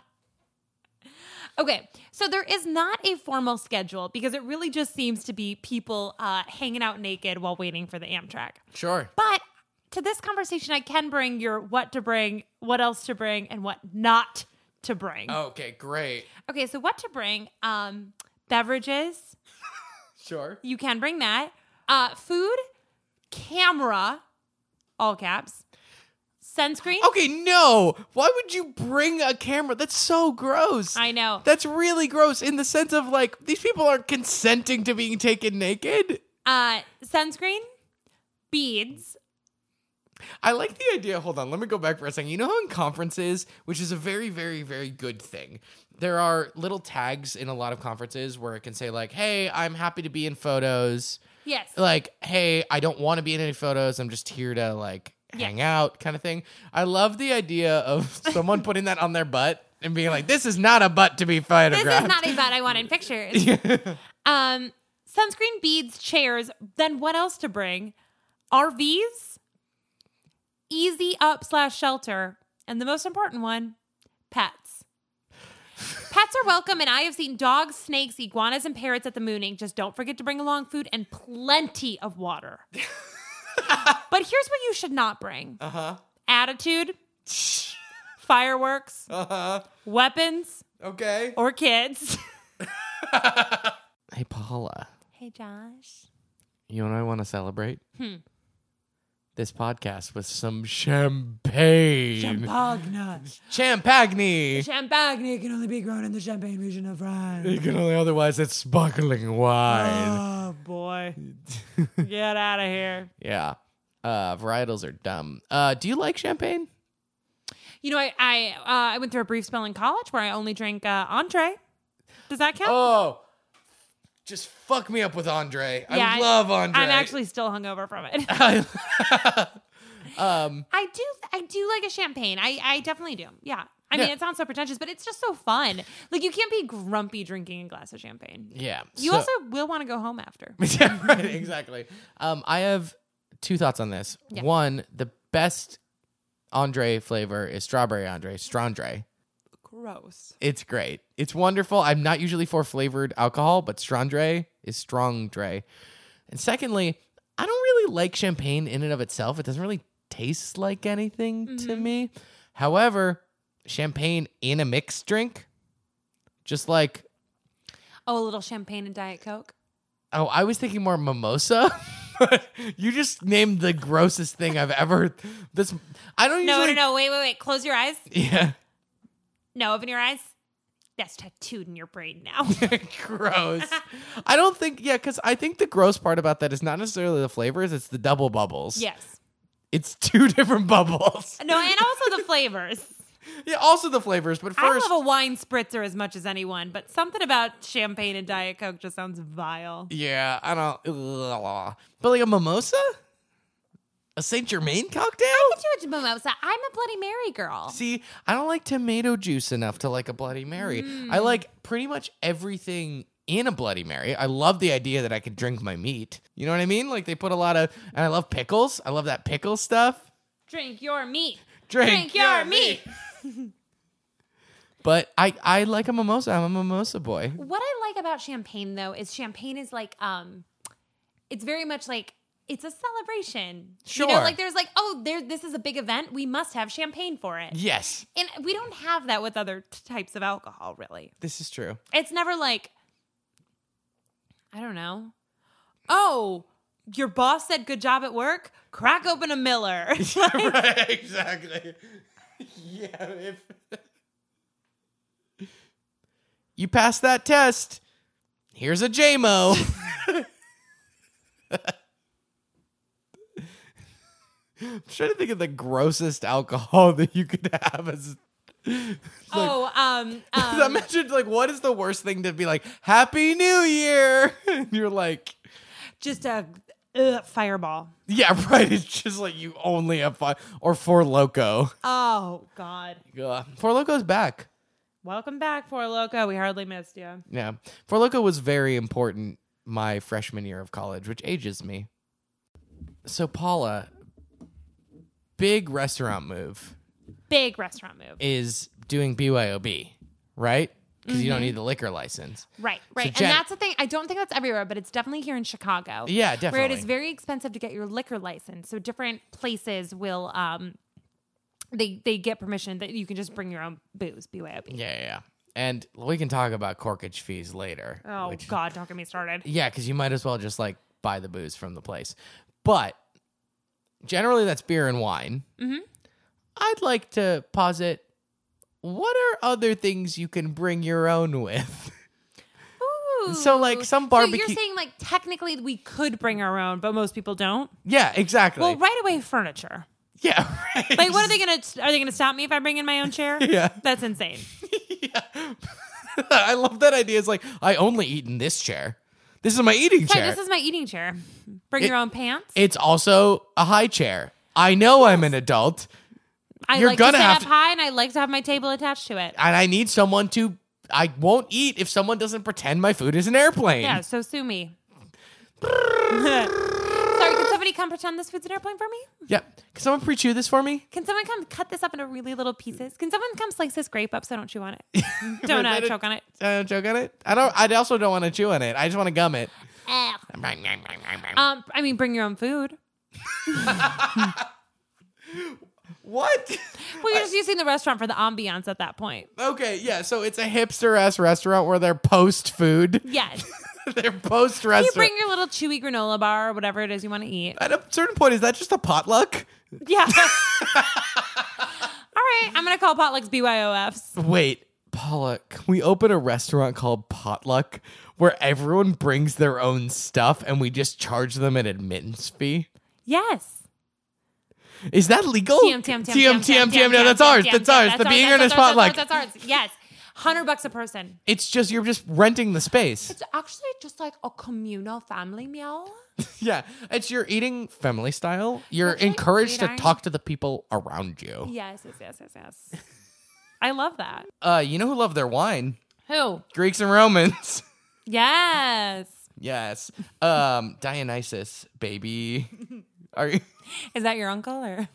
C: Okay, so there is not a formal schedule because it really just seems to be people uh, hanging out naked while waiting for the Amtrak.
B: sure.
C: But to this conversation, I can bring your what to bring, what else to bring, and what not to bring.
B: Okay, great.
C: Okay, so what to bring? Um, beverages,
B: Sure.
C: you can bring that. Uh, food, camera, all caps, sunscreen.
B: Okay, no. Why would you bring a camera? That's so gross.
C: I know.
B: That's really gross in the sense of like, these people aren't consenting to being taken naked.
C: Uh, sunscreen, beads.
B: I like the idea. Hold on, let me go back for a second. You know how in conferences, which is a very, very, very good thing, there are little tags in a lot of conferences where it can say, like, hey, I'm happy to be in photos.
C: Yes.
B: like, hey, I don't want to be in any photos. I'm just here to like
C: Yeah.
B: hang out kind of thing. I love the idea
C: (laughs)
B: of someone putting that on their butt and being like, this is not a butt to be
C: This is
B: photographed.
C: not a bad I want in pictures. Um, sunscreen, beads, chairs. Then what else to bring? RVs, easy up slash shelter, and the most important one, pets. Pets are welcome, and I have seen dogs, snakes, iguanas, and parrots at the mooning. Just don't forget to bring along food and plenty of water. but here's what you should not bring
B: uh huh.
C: attitude, fireworks,
B: Uh huh.
C: weapons,
B: Okay.
C: or kids.
B: Hey, Paula,
C: Hey, Josh.
B: you and I want to celebrate?
C: Hmm.
B: This podcast with some champagne. (laughs)
C: Champagne.
B: Champagne.
C: Champagne.
D: can only be grown in the Champagne region of France.
B: you can only otherwise it's sparkling wine.
D: Oh
B: (laughs)
D: boy.
C: Get out of here.
B: yeah. Uh, varietals are dumb. Uh, do you like champagne?
C: You know, I I, uh, I went through a brief spell in college where I only drank uh, entree. Does that count?
B: Oh, just fuck me up with Andre.
C: Yeah,
B: I
C: I-
B: love Andre.
C: I'm actually still hungover from
B: (laughs)
C: it.
B: um,
C: I do I do like a champagne. I I definitely do. Yeah. I mean,
B: Yeah.
C: it sounds so pretentious, but it's just so fun. Like you can't be grumpy drinking a glass of champagne.
B: yeah. (laughs)
C: You
B: so-
C: also will want to go home after.
B: yeah, right, exactly. Um, I have two thoughts on this.
C: Yeah.
B: One, the best Andre flavor is strawberry Andre, Strandre.
D: Gross.
B: It's great. It's wonderful. I'm not usually for flavored alcohol, but Strandre is strong Dre. And secondly, I don't really like champagne in and of itself. It doesn't really taste like anything to
C: Mm-hmm.
B: me. However, champagne in a mixed drink, just like
C: Oh, a little champagne and diet coke.
B: Oh, I was thinking more mimosa. (laughs) you just named the grossest thing I've ever. This I don't
C: No,
B: usually.
C: no, no. Wait, wait, wait. Close your eyes.
B: (laughs) Yeah,
C: No, open your eyes. That's tattooed in your brain
B: (laughs)
C: now.
B: gross. I don't think. Yeah, because I think the gross part about that is not necessarily the flavors; it's the double bubbles.
C: yes.
B: it's two different bubbles.
C: No, and also the flavors.
B: (laughs) Yeah, also the flavors, but
C: I
B: first,
C: love a wine spritzer as much as anyone, but something about champagne and diet coke just sounds vile.
B: yeah, I don't. ugh. But like a mimosa, a Saint Germain cocktail.
C: George Mimosa, I'm a Bloody Mary girl.
B: See, I don't like tomato juice enough to like a Bloody Mary.
C: Mm.
B: I like pretty much everything in a Bloody Mary. I love the idea that I could drink my meat. You know what I mean? Like they put a lot of, and I love pickles. I love that pickle stuff.
C: Drink your meat.
B: Drink,
C: Drink your meat.
B: But I, I like a mimosa. I'm a mimosa boy.
C: What I like about champagne though is champagne is like um it's very much like it's a celebration. You know,
B: Sure.
C: like there's like, oh, there this is a big event. We must have champagne for it.
B: Yes,
C: And we don't have that with other t- types of alcohol, really.
B: this is true.
C: It's never like, I don't know. Oh, your boss said good job at work. Crack open a Miller.
B: (laughs) right, exactly. (laughs) yeah. If... You passed that test. Here's a (laughs) JMO. I'm trying to think of the grossest alcohol (laughs) that you could have as.
C: oh, um,
B: I (laughs)
C: um
B: Imagine like what is the worst thing to be like Happy New Year, (laughs) and you're like,
C: just a uh, fireball.
B: yeah, (laughs) right. It's just like you only have five or four loco.
C: Oh God!
B: Ugh. Four loco's back.
C: Welcome back, Four Loco. We hardly missed you.
B: Yeah. Four Loko was very important my freshman year of college, which ages me. So, Paula, big restaurant move
C: Big restaurant move.
B: is doing BYOB, right? Because
C: Mm-hmm.
B: you don't need the liquor license.
C: Right, right.
B: Jen-
C: and that's the thing. I don't think that's everywhere, but it's definitely here in Chicago.
B: Yeah,
C: Where it is
B: definitely.
C: very expensive to get your liquor license. So different places will um they they get permission that you can just bring your own booze, BYOB.
B: Yeah, yeah, yeah. And we can talk about corkage fees later.
C: Oh
B: which-
C: God, don't get me started.
B: Yeah, because you might as well just like buy the booze from the place. But generally, that's beer and wine. Mm-hmm. I'd like to posit what are other things you can bring your own with? (laughs)
C: Ooh.
B: So, like, some
C: So
B: barbecue-
C: you're saying like technically we could bring our own, but most people don't.
B: yeah, exactly.
C: Well, right away furniture.
B: Yeah, right.
C: Like, what are they gonna? Are they gonna stop me if I bring in my own (laughs) chair?
B: Yeah.
C: that's insane.
B: (laughs) I love that idea. It's like I only eat in this chair. This is my eating
C: Hey,
B: chair.
C: this is my eating chair. Bring your own pants.
B: it's also a high chair. I know I'm an adult,
C: I
B: you're
C: like
B: gonna
C: to sit
B: have
C: up
B: to-
C: high, and I like to have my table attached to it.
B: and I need someone to. I won't eat if someone doesn't pretend my food is an airplane. (laughs)
C: Yeah, so sue me. (laughs) Sorry, can somebody come pretend this food's an airplane for me?
B: Yep. Can someone pre-chew this for me?
C: Can someone come cut this up into really little pieces? Can someone come slice this grape up so I don't chew on
B: (laughs)
C: it? Don't uh, choke on it.
B: Uh, choke on it. I don't. I also don't want to chew on it. I just want to gum it.
C: Ugh. Um, I mean, bring your own food.
B: What? (laughs)
C: Well, you're just using the restaurant for the ambiance at that point.
B: okay. Yeah. So it's a hipster ass restaurant where they're post food.
C: Yes.
B: (laughs) they're post
C: You
B: restaurant.
C: bring your little chewy granola bar or whatever it is you want
B: (laughs)
C: to eat.
B: At a certain point, is that just a potluck?
C: Yeah. All right, I'm gonna call potlucks BYOFs.
B: Wait, Paula, can we open a restaurant called Potluck where everyone brings their own stuff and we just charge them an admittance fee?
C: Yes.
B: Is that legal?
C: TM, TM, TM, TM,
B: TM, TM. No, that's ours. That's ours. The being earnest
C: that's ours,
B: potluck.
C: That's ours. that's ours. Yes. 100 bucks a person.
B: It's just you're just renting the space.
C: It's actually just like a communal family meal.
B: Yeah, it's you're eating family style. You're
C: That's like
B: encouraged to
C: great,
B: talk to the people around you.
C: Yes, yes, yes, yes, yes. I love that.
B: Uh, you know who love their wine?
C: Who?
B: Greeks and Romans. (laughs)
C: Yes. (laughs)
B: yes. Um, Dionysus, baby. Are you (laughs)
C: Is that your uncle or?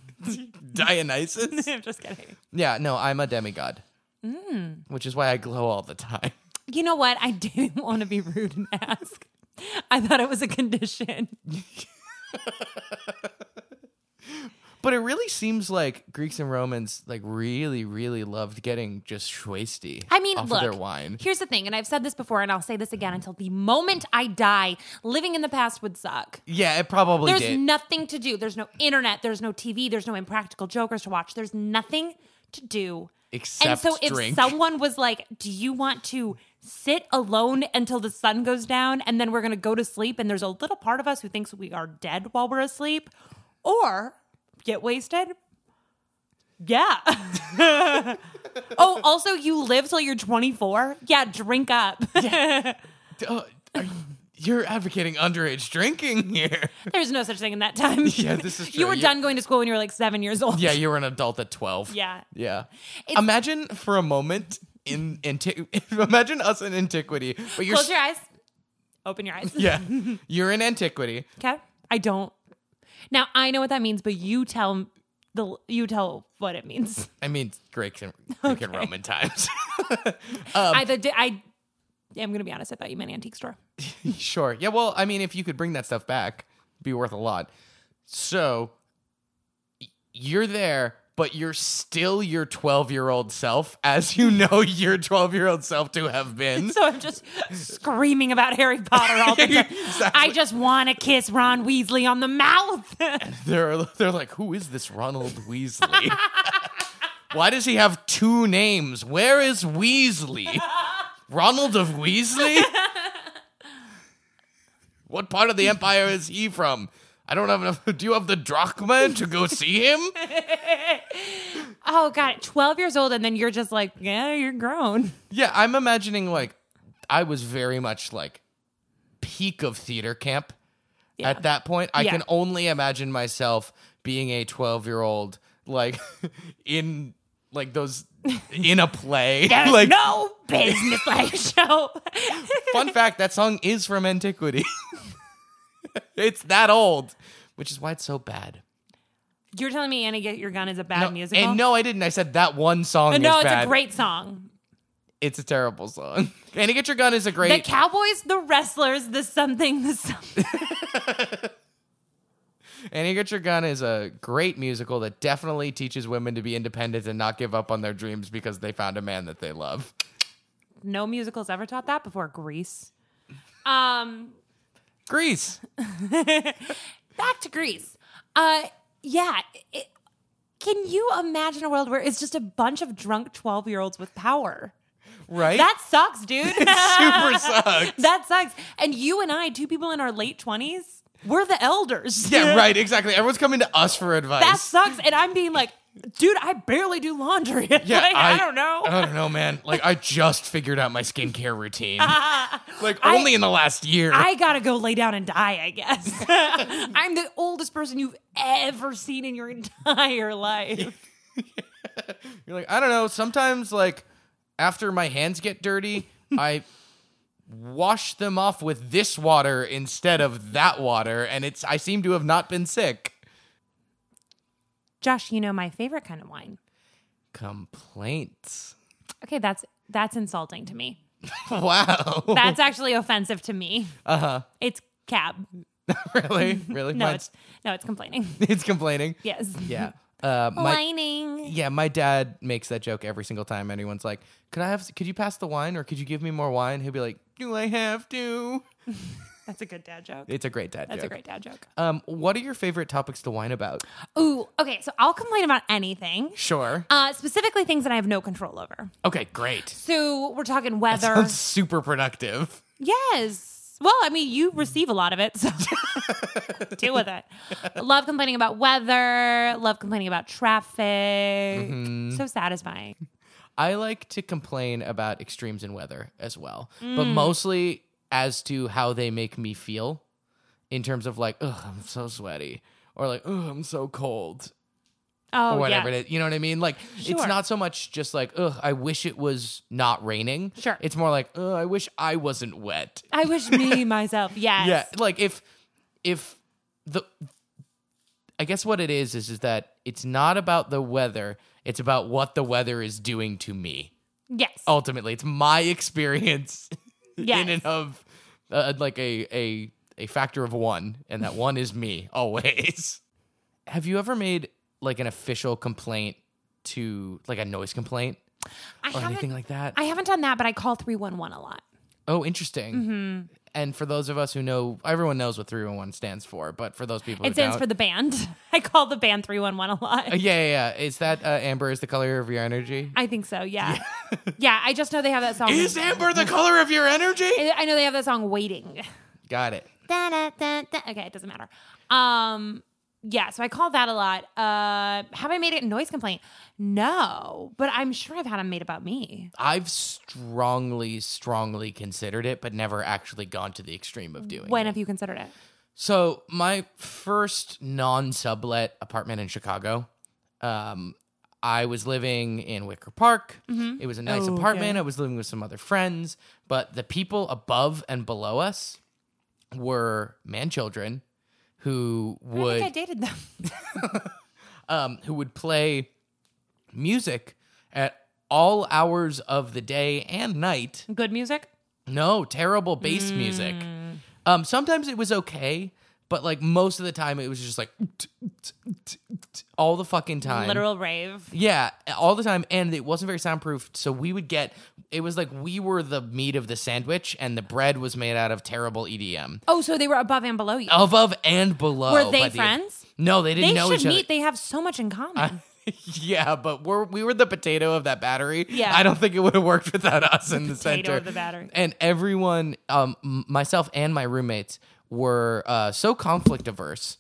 B: Dionysus?
C: (laughs) I'm just kidding.
B: yeah, no, I'm a demigod,
C: Mm.
B: which is why I glow all the time. (laughs)
C: You know what? I (laughs) didn't want to be rude and ask. I thought it was a condition.
B: But it really seems like Greeks and Romans like really, really loved getting just schwasty.
C: I mean,
B: off
C: look.
B: of their wine.
C: Here's the thing, and I've said this before, and I'll say this again until the moment I die. Living in the past would suck.
B: Yeah, it probably
C: There's
B: did.
C: nothing to do. There's no internet. There's no TV. There's no impractical jokers to watch. There's nothing to do. and
B: Except
C: so if
B: drink.
C: someone was like, Do you want to sit alone until the sun goes down and then we're going to go to sleep? And there's a little part of us who thinks we are dead while we're asleep or get wasted. Yeah. (laughs) oh, also, you live till you're 24? Yeah, drink up. (laughs)
B: Uh, are you- you're advocating underage drinking
C: (laughs)
B: here.
C: There's no such thing in that
B: (laughs)
C: time.
B: Yeah, this is
C: You
B: true.
C: were
B: You-
C: done going to school when you were like seven years old.
B: Yeah, you were an adult at 12.
C: (laughs) Yeah.
B: Yeah. Imagine for a moment in anti- (laughs) imagine us in antiquity, but you're
C: Close your eyes. Open your eyes. (laughs)
B: yeah, you're in antiquity.
C: Okay. I don't. Now I know what that means, but you tell the you tell what it means.
B: I mean, Greek and, Greek and Roman
C: (laughs)
B: times. (laughs) Um,
C: I the I am gonna be honest. I thought you meant antique store.
B: sure. Yeah, well, I mean, if you could bring that stuff back, it'd be worth a lot. So y- you're there, but you're still your 12-year-old self as you know your 12-year-old self to have been.
C: So I'm just screaming about Harry Potter
B: (laughs)
C: all the time. I just want to kiss Ron Weasley on the mouth. (laughs)
B: they're (laughs) they're like, who is this Ronald Weasley? (laughs) Why does he have two names? Where is Weasley? Ronald of Weasley? what part of the empire is he from? I don't have enough. (laughs) Do you have the drachma to go see him?
C: oh God, 12 years old, and then you're just like, yeah, you're grown.
B: Yeah, I'm imagining like I was very much like peak of theater camp
C: Yeah.
B: at that point. I
C: Yeah.
B: can only imagine myself being a 12 year old like (laughs) in like
C: (laughs)
B: those in a play. (laughs)
C: There's
B: like
C: no business like show. (laughs)
B: fun fact, that song is from antiquity. (laughs) it's that old, which is why it's so bad.
C: You're telling me Annie Get Your Gun is a bad
B: No,
C: musical?
B: And no, I didn't. I said that one song.
C: no,
B: is
C: it's
B: bad.
C: a great song.
B: It's a terrible song. (laughs) Annie, get your gun is a great.
C: The Cowboys, the wrestlers, the something, the something.
B: Annie Get Your Gun is a great musical that definitely teaches women to be independent and not give up on their dreams because they found a man that they love.
C: No musicals ever taught that before Grease. Um,
B: Grease.
C: back to Grease. Uh, yeah. it- can you imagine a world where it's just a bunch of drunk 12 year olds with power?
B: Right?
C: That sucks, (laughs) dude.
B: super sucks.
C: that sucks. And you and I, two people in our late 20s, we're the elders. (laughs)
B: Yeah, right, exactly. Everyone's coming to us for advice.
C: That sucks. And I'm being like, dude, I barely do laundry. (laughs)
B: yeah,
C: like, I, uh, don't know.
B: I don't know, man. Like, I just figured out my skincare
C: (laughs)
B: routine. like, only in the last year.
C: I gotta go lay down and die, I guess. (laughs) I'm the oldest person you've ever seen in your (laughs) entire life.
B: You're like, I don't know. Sometimes, like, after my hands get
C: (laughs)
B: dirty, I wash them off with this water instead of that water, and it's I seem to have not been sick.
C: Josh, you know my favorite kind of wine.
B: Complaints. (laughs)
C: Okay, that's that's insulting to me.
B: Wow. (laughs)
C: That's actually offensive to me. Uh
B: Uh-huh.
C: huh. It's cab.
B: really, really.
C: No,
B: Mine's-
C: it's no,
B: (laughs)
C: it's complaining.
B: it's complaining.
C: Yes. (laughs)
B: Yeah. Uh, my
C: Whining.
B: yeah, my dad makes that joke every single time anyone's like, "Could I have? Could you pass the wine, or could you give me more wine?" He'll be like, "Do I have to?"
C: That's a good dad joke.
B: It's a great dad
C: That's
B: joke.
C: a great dad joke.
B: um, what are your favorite topics to whine about?
C: Ooh, okay, so I'll complain about anything.
B: Sure.
C: Uh, specifically things that I have no control over.
B: Okay, great.
C: So we're talking weather.
B: Sounds super productive.
C: (laughs) Yes. Well, I mean, you receive a lot
B: (laughs)
C: of it, so deal with it. Love complaining about weather. Love complaining about traffic.
B: Mm-hmm.
C: So satisfying.
B: I like to complain about extremes in weather as well, but
C: Mm.
B: mostly as to how they make me feel in terms of like, ugh, I'm so sweaty, or like, ugh, I'm so cold,
C: Oh,
B: or whatever
C: yeah.
B: it is. You know what I mean? Like, it's
C: Sure.
B: not so much just like, ugh, I wish it was not raining.
C: Sure.
B: It's more like, ugh, I wish I wasn't wet. (laughs)
C: I wish me myself. Yes.
B: Yeah, like if if the I guess what it is is is that it's not about the weather. It's about what the weather is doing to me.
C: Yes.
B: Ultimately, it's my (laughs) experience
C: yes.
B: Oh, in and of uh, like a a a factor of one, and that one is me (laughs) always. Have you ever made like an official complaint to like a noise complaint
C: I
B: or
C: haven't.
B: Oh, anything like that?
C: I haven't done that, but I call three one one a lot.
B: oh, interesting. And for those of us who know, everyone knows what 311 stands for, but for those people who
C: It stands
B: don't-
C: for the band. (laughs) I call the band three one one a lot.
B: Uh, yeah, yeah, yeah. Is that uh, Amber is the color of your energy?
C: (laughs) I think so. Yeah. (laughs) yeah. I just know they have that song.
B: Is Amber the color of your energy?
C: (laughs) I I know they have that song "Waiting." (laughs)
B: Got it.
C: Da, da, da, da. Okay, it doesn't matter. Um, yeah, so I call that a lot. Uh, have I made a noise complaint? No, but I'm sure I've had them made about me.
B: I've strongly, strongly considered it, but never actually gone to the extreme of doing
C: When
B: it.
C: have you considered it?
B: So my first non-sublet apartment in Chicago, um, I was living in Wicker Park.
C: Mm-hmm.
B: It was a nice
D: Oh,
B: apartment.
D: okay.
B: I was living with some other friends, but the people above and below us were man children who
C: I
B: would
C: think I dated them. (laughs)
B: um, who would play music at all hours of the day and night.
C: Good music.
B: No, terrible bass music.
C: Mm.
B: Um, sometimes it was okay, but like most of the time, it was just like all the fucking time.
C: Literal rave.
B: Yeah, all the time, and it wasn't very soundproofed. So we would get it was like we were the meat of the sandwich, and the bread was made out of terrible EDM.
C: Oh, so they were above and below you.
B: Above and below.
C: Were they
B: Oh, but the-
C: friends?
B: no, they didn't
C: they
B: know
C: should
B: each other.
C: meet. They have so much in common.
B: Yeah, but we're we were the potato of that battery.
C: Yeah.
B: I don't think it would have worked without us in the
C: potato
B: center.
C: of the battery.
B: And everyone, um, m- myself and my roommates were uh, so conflict averse.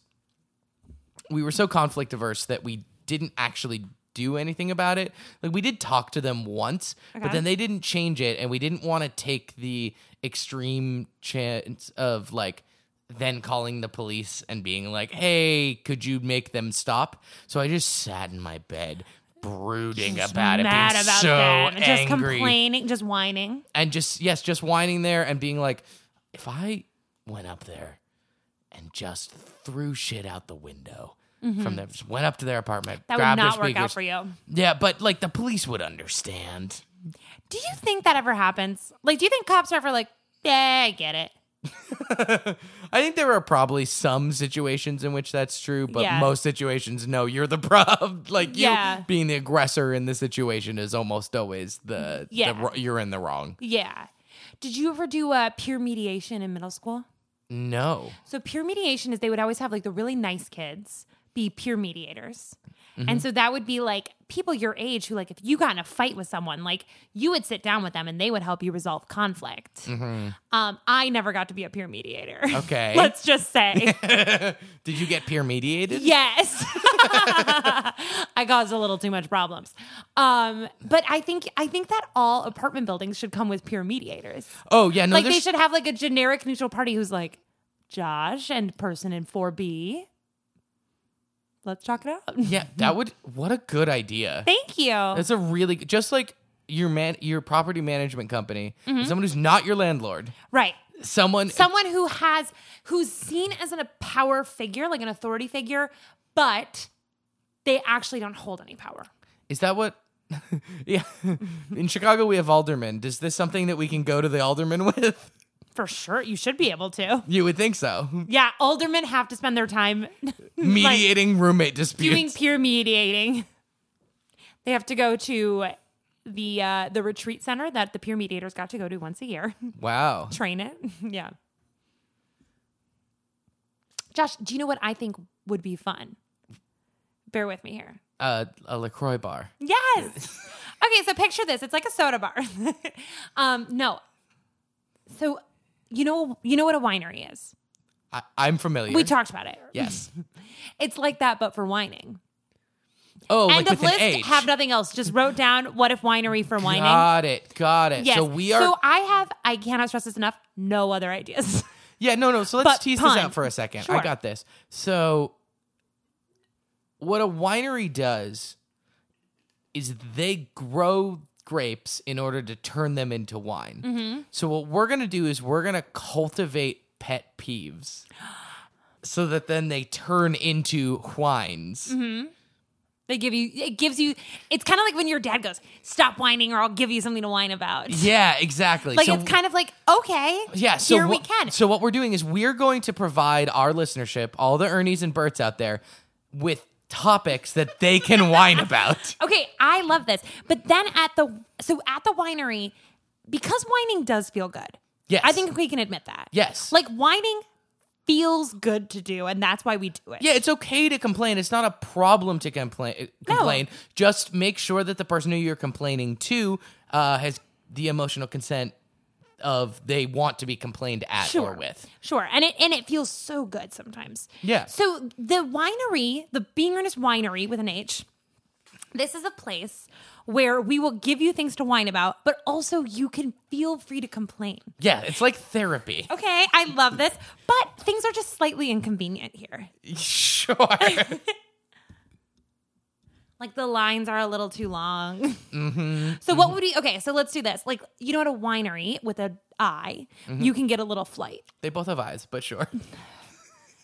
B: We were so conflict averse that we didn't actually do anything about it. Like we did talk to them once, but
C: Okay.
B: then they didn't change it, and we didn't want to take the extreme chance of like then calling the police and being like, "Hey, could you make them stop?" So I just sat in my bed brooding about it,
C: Mad
B: being
C: about
B: so
C: them. Just
B: angry,
C: complaining, just whining.
B: and just yes, just whining there and being like, "If I went up there and just threw shit out the window." From there, just went up to their apartment,
C: Mm-hmm. That would
B: grabbed
C: not
B: their
C: work
B: speakers.
C: out for you.
B: Yeah, but like the police would understand.
C: Do you think that ever happens? Like, do you think cops are ever like, yeah, I get it.
B: I think there are probably some situations in which that's true, but
C: Yeah.
B: most situations, no, you're the (laughs) prob. like you
C: Yeah.
B: being the aggressor in the situation is almost always the, the
C: Yeah.
B: wr- you're in the wrong.
C: Yeah. Did you ever do uh, peer mediation in middle school?
B: No,
C: So peer mediation is they would always have like the really nice kids be peer mediators. And so that would be like people your age who like if you got in a fight with someone, like you would sit down with them and they would help you resolve conflict. Um, I never got to be a peer mediator. (laughs)
B: Okay.
C: Let's just say.
B: (laughs) did you get peer mediated?
C: Yes. (laughs) I caused a little too much problems. Um, but I think I think that all apartment buildings should come with peer mediators.
B: Oh yeah, no,
C: like they
B: there's-
C: should have like a generic neutral party who's like Josh and person in 4B. Let's talk it out.
B: yeah, that would what a good idea.
C: (laughs) Thank you.
B: That's a really good- just like your man, your property management company,
C: Mm-hmm.
B: someone who's not your landlord,
C: right.
B: someone,
C: Someone who has who's seen as an, a power figure, like an authority figure, but they actually don't hold any power.
B: Is that what? (laughs) yeah. In Chicago, we have aldermen. Is this something that we can go to the alderman (laughs) with?
C: For sure, you should be able (laughs) to.
B: You would think so.
C: Yeah, aldermen have to spend their time (laughs)
B: Mediating roommate
C: doing
B: disputes.
C: peer mediating. They have to go to the uh, the retreat center that the peer mediators got to go to once a year.
B: wow.
C: Train it, (laughs) yeah. Josh, do you know what I think would be fun? Bear with me here.
B: Uh, a Lacroix bar. (laughs)
C: Yes. Okay, so picture this. It's like a soda bar. (laughs) um, no. So, you know, you know what a winery is.
B: I- I'm familiar.
C: We talked about it.
B: Yes.
C: (laughs) It's like that, but for whining.
B: Oh, like
C: End
B: with
C: of list.
B: an H.
C: Have nothing else. Just wrote down what if winery for whining.
B: Got it. Got it.
C: yes.
B: So we are.
C: So I have. I cannot stress this enough. No other ideas. (laughs)
B: yeah. No. No. So
C: But
B: let's tease
C: pun.
B: this out for a second. I
C: Sure.
B: got this. So, what a winery does is they grow grapes in order to turn them into wine.
C: Mm-hmm.
B: So what we're gonna do is we're gonna cultivate pet peeves. (gasps) so that then they turn into wines.
C: Mm-hmm. They give you, it gives you, it's kind of like when your dad goes, stop whining or I'll give you something to whine about.
B: Yeah, exactly.
C: Like
B: so,
C: it's kind of like, okay,
B: yeah, so
C: here we
B: what-
C: can.
B: So what we're doing is we're going to provide our listenership, all the Ernies and Berts out there, with topics that they
C: (laughs)
B: can whine about.
C: Okay, I love this. But then at the so at the winery, because whining does feel good.
B: Yes.
C: I think we can admit that.
B: Yes.
C: Like whining feels good to do, and that's why we do it.
B: Yeah, it's okay to complain. It's not a problem to complain. Complain. Just make sure that the person who you're complaining to uh, has the emotional consent of they want to be complained at or with.
C: Sure. And it and it feels so good sometimes.
B: Yeah.
C: So the winery, the Being Earnest Winery with an H, this is a place where we will give you things to whine about, but also you can feel free to complain.
B: Yeah, it's like therapy.
C: Okay, I love this. But things are just slightly inconvenient here.
B: (laughs)
C: (laughs)
B: Sure.
C: Like the lines are a little too long. (laughs)
B: Mm-hmm,
C: So what would we? Okay, so let's do this. Like you know, at a winery with a eye,
B: Mm-hmm.
C: you can get a little flight.
B: they both have eyes, but sure.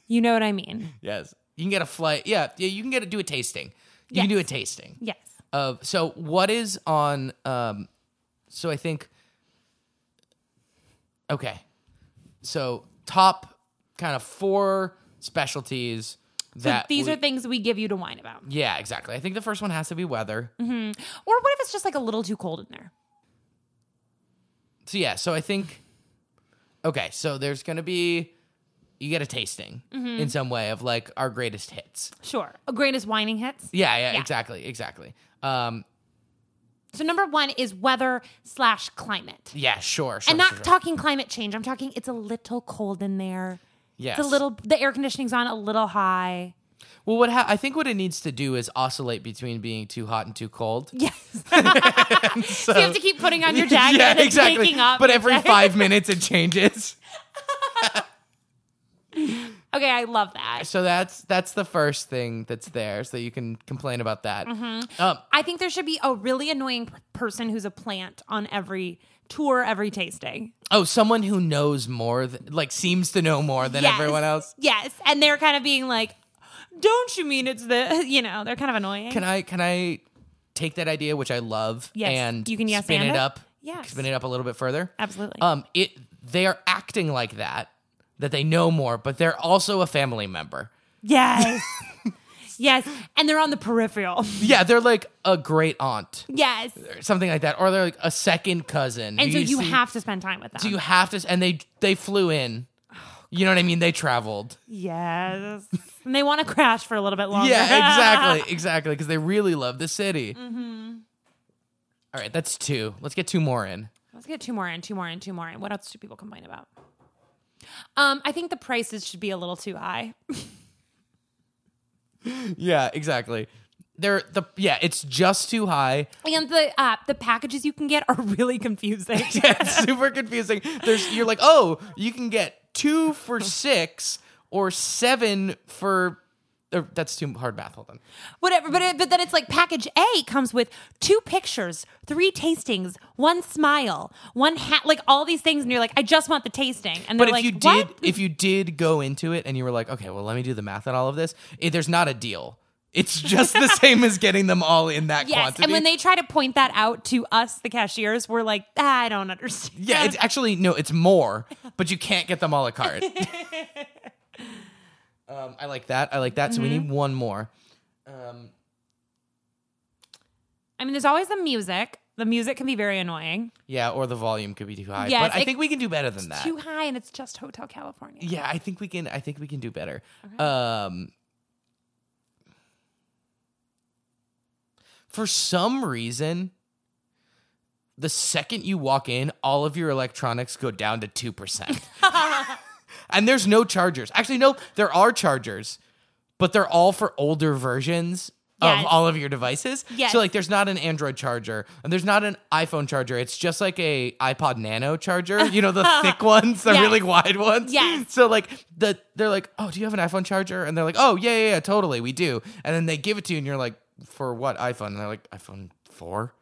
C: You know what I mean?
B: Yes. You can get a flight. Yeah, yeah, you can get a do a tasting. You can
C: Yes.
B: do a tasting.
C: Yes.
B: of so what is on um so i think okay so top kind of four specialties
C: So
B: that
C: these
B: we-
C: are things we give you to whine about.
B: yeah exactly i think the first one has to be weather
C: Mm-hmm. Or what if it's just like a little too cold in there?
B: so yeah so i think okay so there's gonna be you get a tasting
C: Mm-hmm.
B: in some way of like our greatest hits
C: Sure. A greatest whining hits.
B: yeah yeah,
C: Yeah.
B: exactly exactly um
C: So number one is weather slash climate.
B: yeah sure, sure
C: And
B: sure,
C: not
B: sure.
C: talking climate change. I'm talking it's a little cold in there.
B: yes.
C: It's a little the air conditioning's on a little high.
B: well what ha- i think what it needs to do is oscillate between being too hot and too cold
C: (laughs) Yes. so, you have to keep putting on
B: (laughs)
C: your jacket and
B: exactly.
C: taking up.
B: But
C: your
B: every
C: jacket.
B: five minutes
C: (laughs)
B: it changes.
C: Okay, I love that.
B: So that's that's the first thing that's there, so you can complain about that. Um,
C: I think there should be a really annoying p- person who's a plant on every tour, every tasting.
B: oh, someone who knows more, th- like seems to know more than
C: Yes.
B: everyone else.
C: Yes. And they're kind of being like, don't you mean it's the, (laughs) you know, they're kind of annoying.
B: Can I can I take that idea, which I love,
C: Yes.
B: and
C: You can yes
B: spin
C: and
B: it
C: it?
B: up,
C: Yes.
B: spin it up a little bit further.
C: Absolutely.
B: Um, it they are acting like that, that they know more, but they're also a family member.
C: yes. yes. And they're on the peripheral.
B: Yeah, they're like a great aunt,
C: (laughs) yes.
B: or something like that, or they're like a second cousin.
C: And
B: who
C: so you
B: see-
C: have to spend time with them.
B: So you have to, and they they flew in. You know what I mean? They traveled.
C: yes. and they want to crash for a little bit longer.
B: Yeah,
C: (laughs)
B: exactly, exactly, because (laughs) they really love the city. Mm-hmm. All right, that's two. Let's get two more in.
C: Let's get two more in, two more in, two more in. What else do people complain about? Um, I think the prices should be a little too high.
B: Yeah, exactly. They're the yeah. It's just too high. (laughs)
C: And the uh, the packages you can get are really (laughs) confusing.
B: It's super confusing. There's you're like, oh, you can get two for six or seven for. or- that's too hard math. Hold on.
C: Whatever, but it, but then it's like package A comes with two pictures, three tastings, one smile, one hat, like all these things, and you're like, I just want the tasting. And
B: But
C: they're
B: if
C: like,
B: you
C: "What?"
B: did, if you did go into it and you were like, okay, well, let me do the math on all of this. It, there's not a deal.
C: (laughs)
B: It's just the same as getting them all in that
C: yes,
B: quantity.
C: and when they try to point that out to us, the cashiers, we're like, "Ah, I don't understand.
B: yeah, it's actually no, it's more, but you can't get them all a
C: (laughs)
B: card. um, I like that. I like that. So we
C: Mm-hmm.
B: need one more. Um,
C: I mean, there's always the music. The music can be very annoying,
B: yeah, or the volume could be too high.
C: Yes,
B: but I
C: it-
B: think we can do better than that.
C: too high, and it's just Hotel California.
B: yeah, I think we can. I think we can do better. Um, for some reason, the second you walk in, all of your electronics go down to two
C: (laughs)
B: percent, and there's no chargers. Actually, no, there are chargers, but they're all for older versions.
C: Yes.
B: Of all of your devices,
C: Yes.
B: so like there's not an Android charger and there's not an iPhone charger. It's just like a iPod Nano charger, you
C: (laughs)
B: know the thick ones, the
C: Yes.
B: really wide ones.
C: Yes.
B: (laughs) So like the they're like, oh, do you have an iPhone charger? And they're like, oh yeah yeah yeah totally we do. And then they give it to you and you're like, for what iPhone? And they're like iPhone
C: (laughs)
B: four.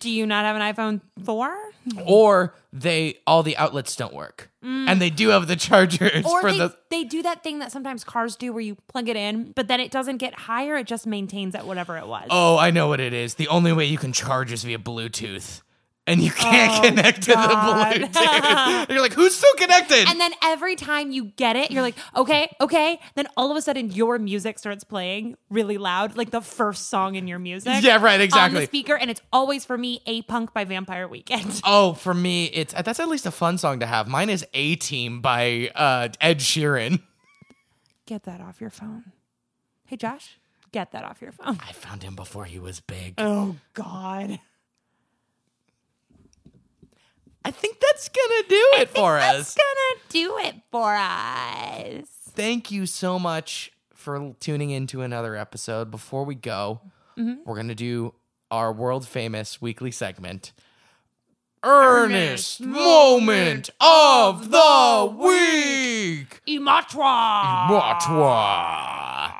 C: Do you not have an iPhone 4?
B: or they all the outlets don't work, and they do have the chargers
C: Mm. Or
B: for
C: they,
B: the.
C: they do that thing that sometimes cars do where you plug it in, but then it doesn't get higher. It just maintains at whatever it was.
B: Oh, I know what it is. The only way you can charge is via Bluetooth. And you can't connect
C: Oh, God.
B: to the Bluetooth. (laughs) You're like, who's still connected?
C: And then every time you get it, you're like, okay, okay. Then all of a sudden, your music starts playing really loud, like the first song in your
B: (laughs)
C: music.
B: Yeah, right,
C: On
B: exactly.
C: the speaker, and it's always for me, A Punk by Vampire Weekend.
B: oh, for me, it's that's at least a fun song to have. Mine is A Team by uh, Ed Sheeran. (laughs)
C: Get that off your phone. Hey, Josh, get that off your phone.
B: I found him before he was big.
D: (laughs) Oh God.
B: I think that's gonna do it for us.
C: Gonna do it for us.
B: Thank you so much for tuning in to another episode. Before we go, we're gonna do our world famous weekly segment. Earnest moment of the week.
C: Imatwa.
B: Mwah-twah.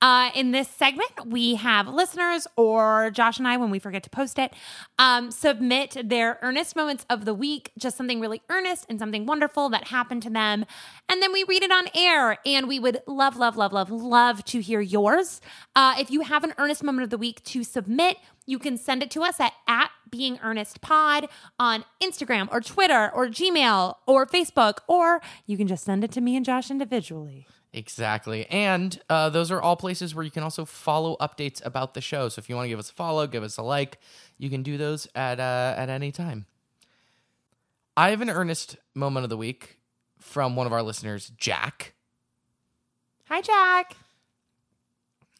C: Uh, in this segment, we have listeners or Josh and I, when we forget to post it, um, submit their earnest moments of the week, just something really earnest and something wonderful that happened to them. And then we read it on air. And we would love, love, love, love, love to hear yours. Uh, if you have an earnest moment of the week to submit, you can send it to us at, at being earnest pod on Instagram or Twitter or Gmail or Facebook, or you can just send it to me and Josh individually.
B: Exactly. And uh, those are all places where you can also follow updates about the show. So if you want to give us a follow, give us a like, you can do those at uh, at any time. I have an earnest moment of the week from one of our listeners, Jack.
C: Hi, Jack.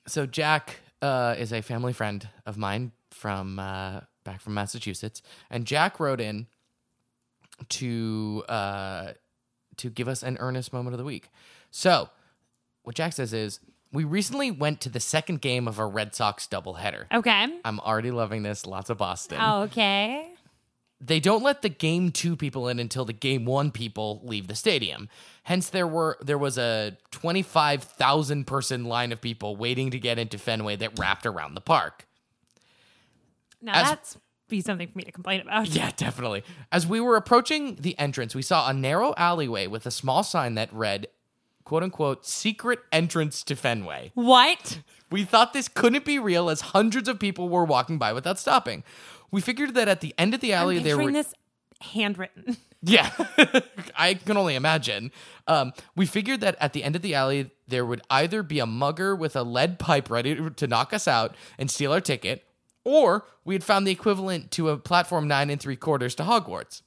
B: So Jack uh, is a family friend of mine from uh, back from Massachusetts, and Jack wrote in to uh, to give us an earnest moment of the week. So what Jack says is, we recently went to the second game of a Red Sox doubleheader.
C: Okay.
B: I'm already loving this. Lots of Boston.
C: Oh, Okay.
B: They don't let the game two people in until the game one people leave the stadium. Hence, there were there was a twenty five thousand person line of people waiting to get into Fenway that wrapped around the park.
C: Now
B: As-
C: that's be something for me to complain about.
B: Yeah, definitely. As we were approaching the entrance, we saw a narrow alleyway with a small sign that read, "quote unquote," secret entrance to Fenway.
C: What?
B: We thought this couldn't be real, as hundreds of people were walking by without stopping. We figured that at the end of the alley
C: I'm
B: there
C: picturing
B: were
C: this handwritten.
B: Yeah, (laughs) I can only imagine. Um, we figured that at the end of the alley, there would either be a mugger with a lead pipe ready to- to knock us out and steal our ticket, or we had found the equivalent to a platform nine and three quarters to Hogwarts.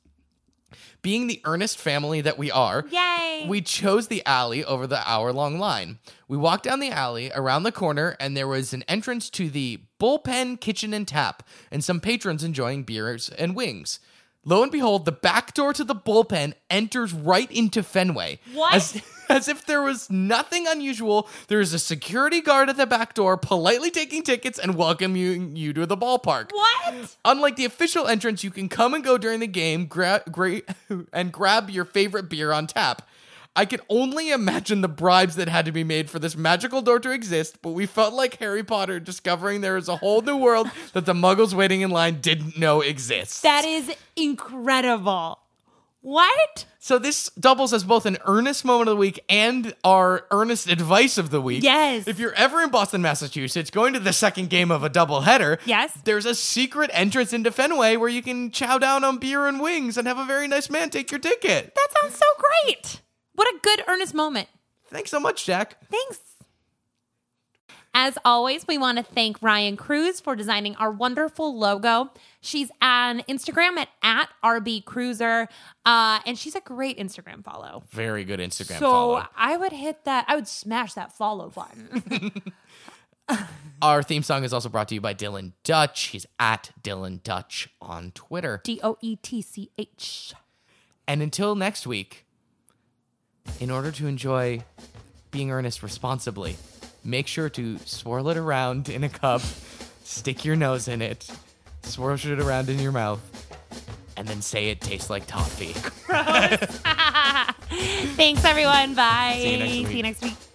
B: Being the earnest family that we are,
C: Yay.
B: we chose the alley over the hour long line. We walked down the alley, around the corner, and there was an entrance to the bullpen, kitchen, and tap, and some patrons enjoying beers and wings. Lo and behold, the back door to the bullpen enters right into Fenway.
C: What?
B: As, (laughs) as if there was nothing unusual, there is a security guard at the back door politely taking tickets and welcoming you to the ballpark.
C: what?
B: Unlike the official entrance, you can come and go during the game gra- gra- (laughs) and grab your favorite beer on tap. I can only imagine the bribes that had to be made for this magical door to exist, but we felt like Harry Potter discovering there is a whole new world that the muggles waiting in line didn't know exists.
C: That is incredible. What?
B: so this doubles as both an earnest moment of the week and our earnest advice of the week.
C: Yes.
B: If you're ever in Boston, Massachusetts, going to the second game of a doubleheader,
C: Yes.
B: there's a secret entrance into Fenway where you can chow down on beer and wings and have a very nice man take your ticket.
C: That sounds so great. What a good earnest moment.
B: Thanks so much, Jack.
C: Thanks. As always, we want to thank Ryan Cruz for designing our wonderful logo. She's on Instagram at, at rbcruiser, uh, and she's a great Instagram follow.
B: Very good Instagram
C: so uh, I would hit that. I would smash that follow button.
B: Our theme song is also brought to you by Dylan Dutch. He's at Dylan Dutch on Twitter.
C: D O E T C H.
B: And until next week, in order to enjoy being earnest responsibly, make sure to swirl it around in a cup, stick your nose in it, swirl it around in your mouth, and then say it tastes like toffee.
C: (laughs)
B: (laughs)
C: Thanks, everyone. Bye.
B: See you next week.
C: See you next week.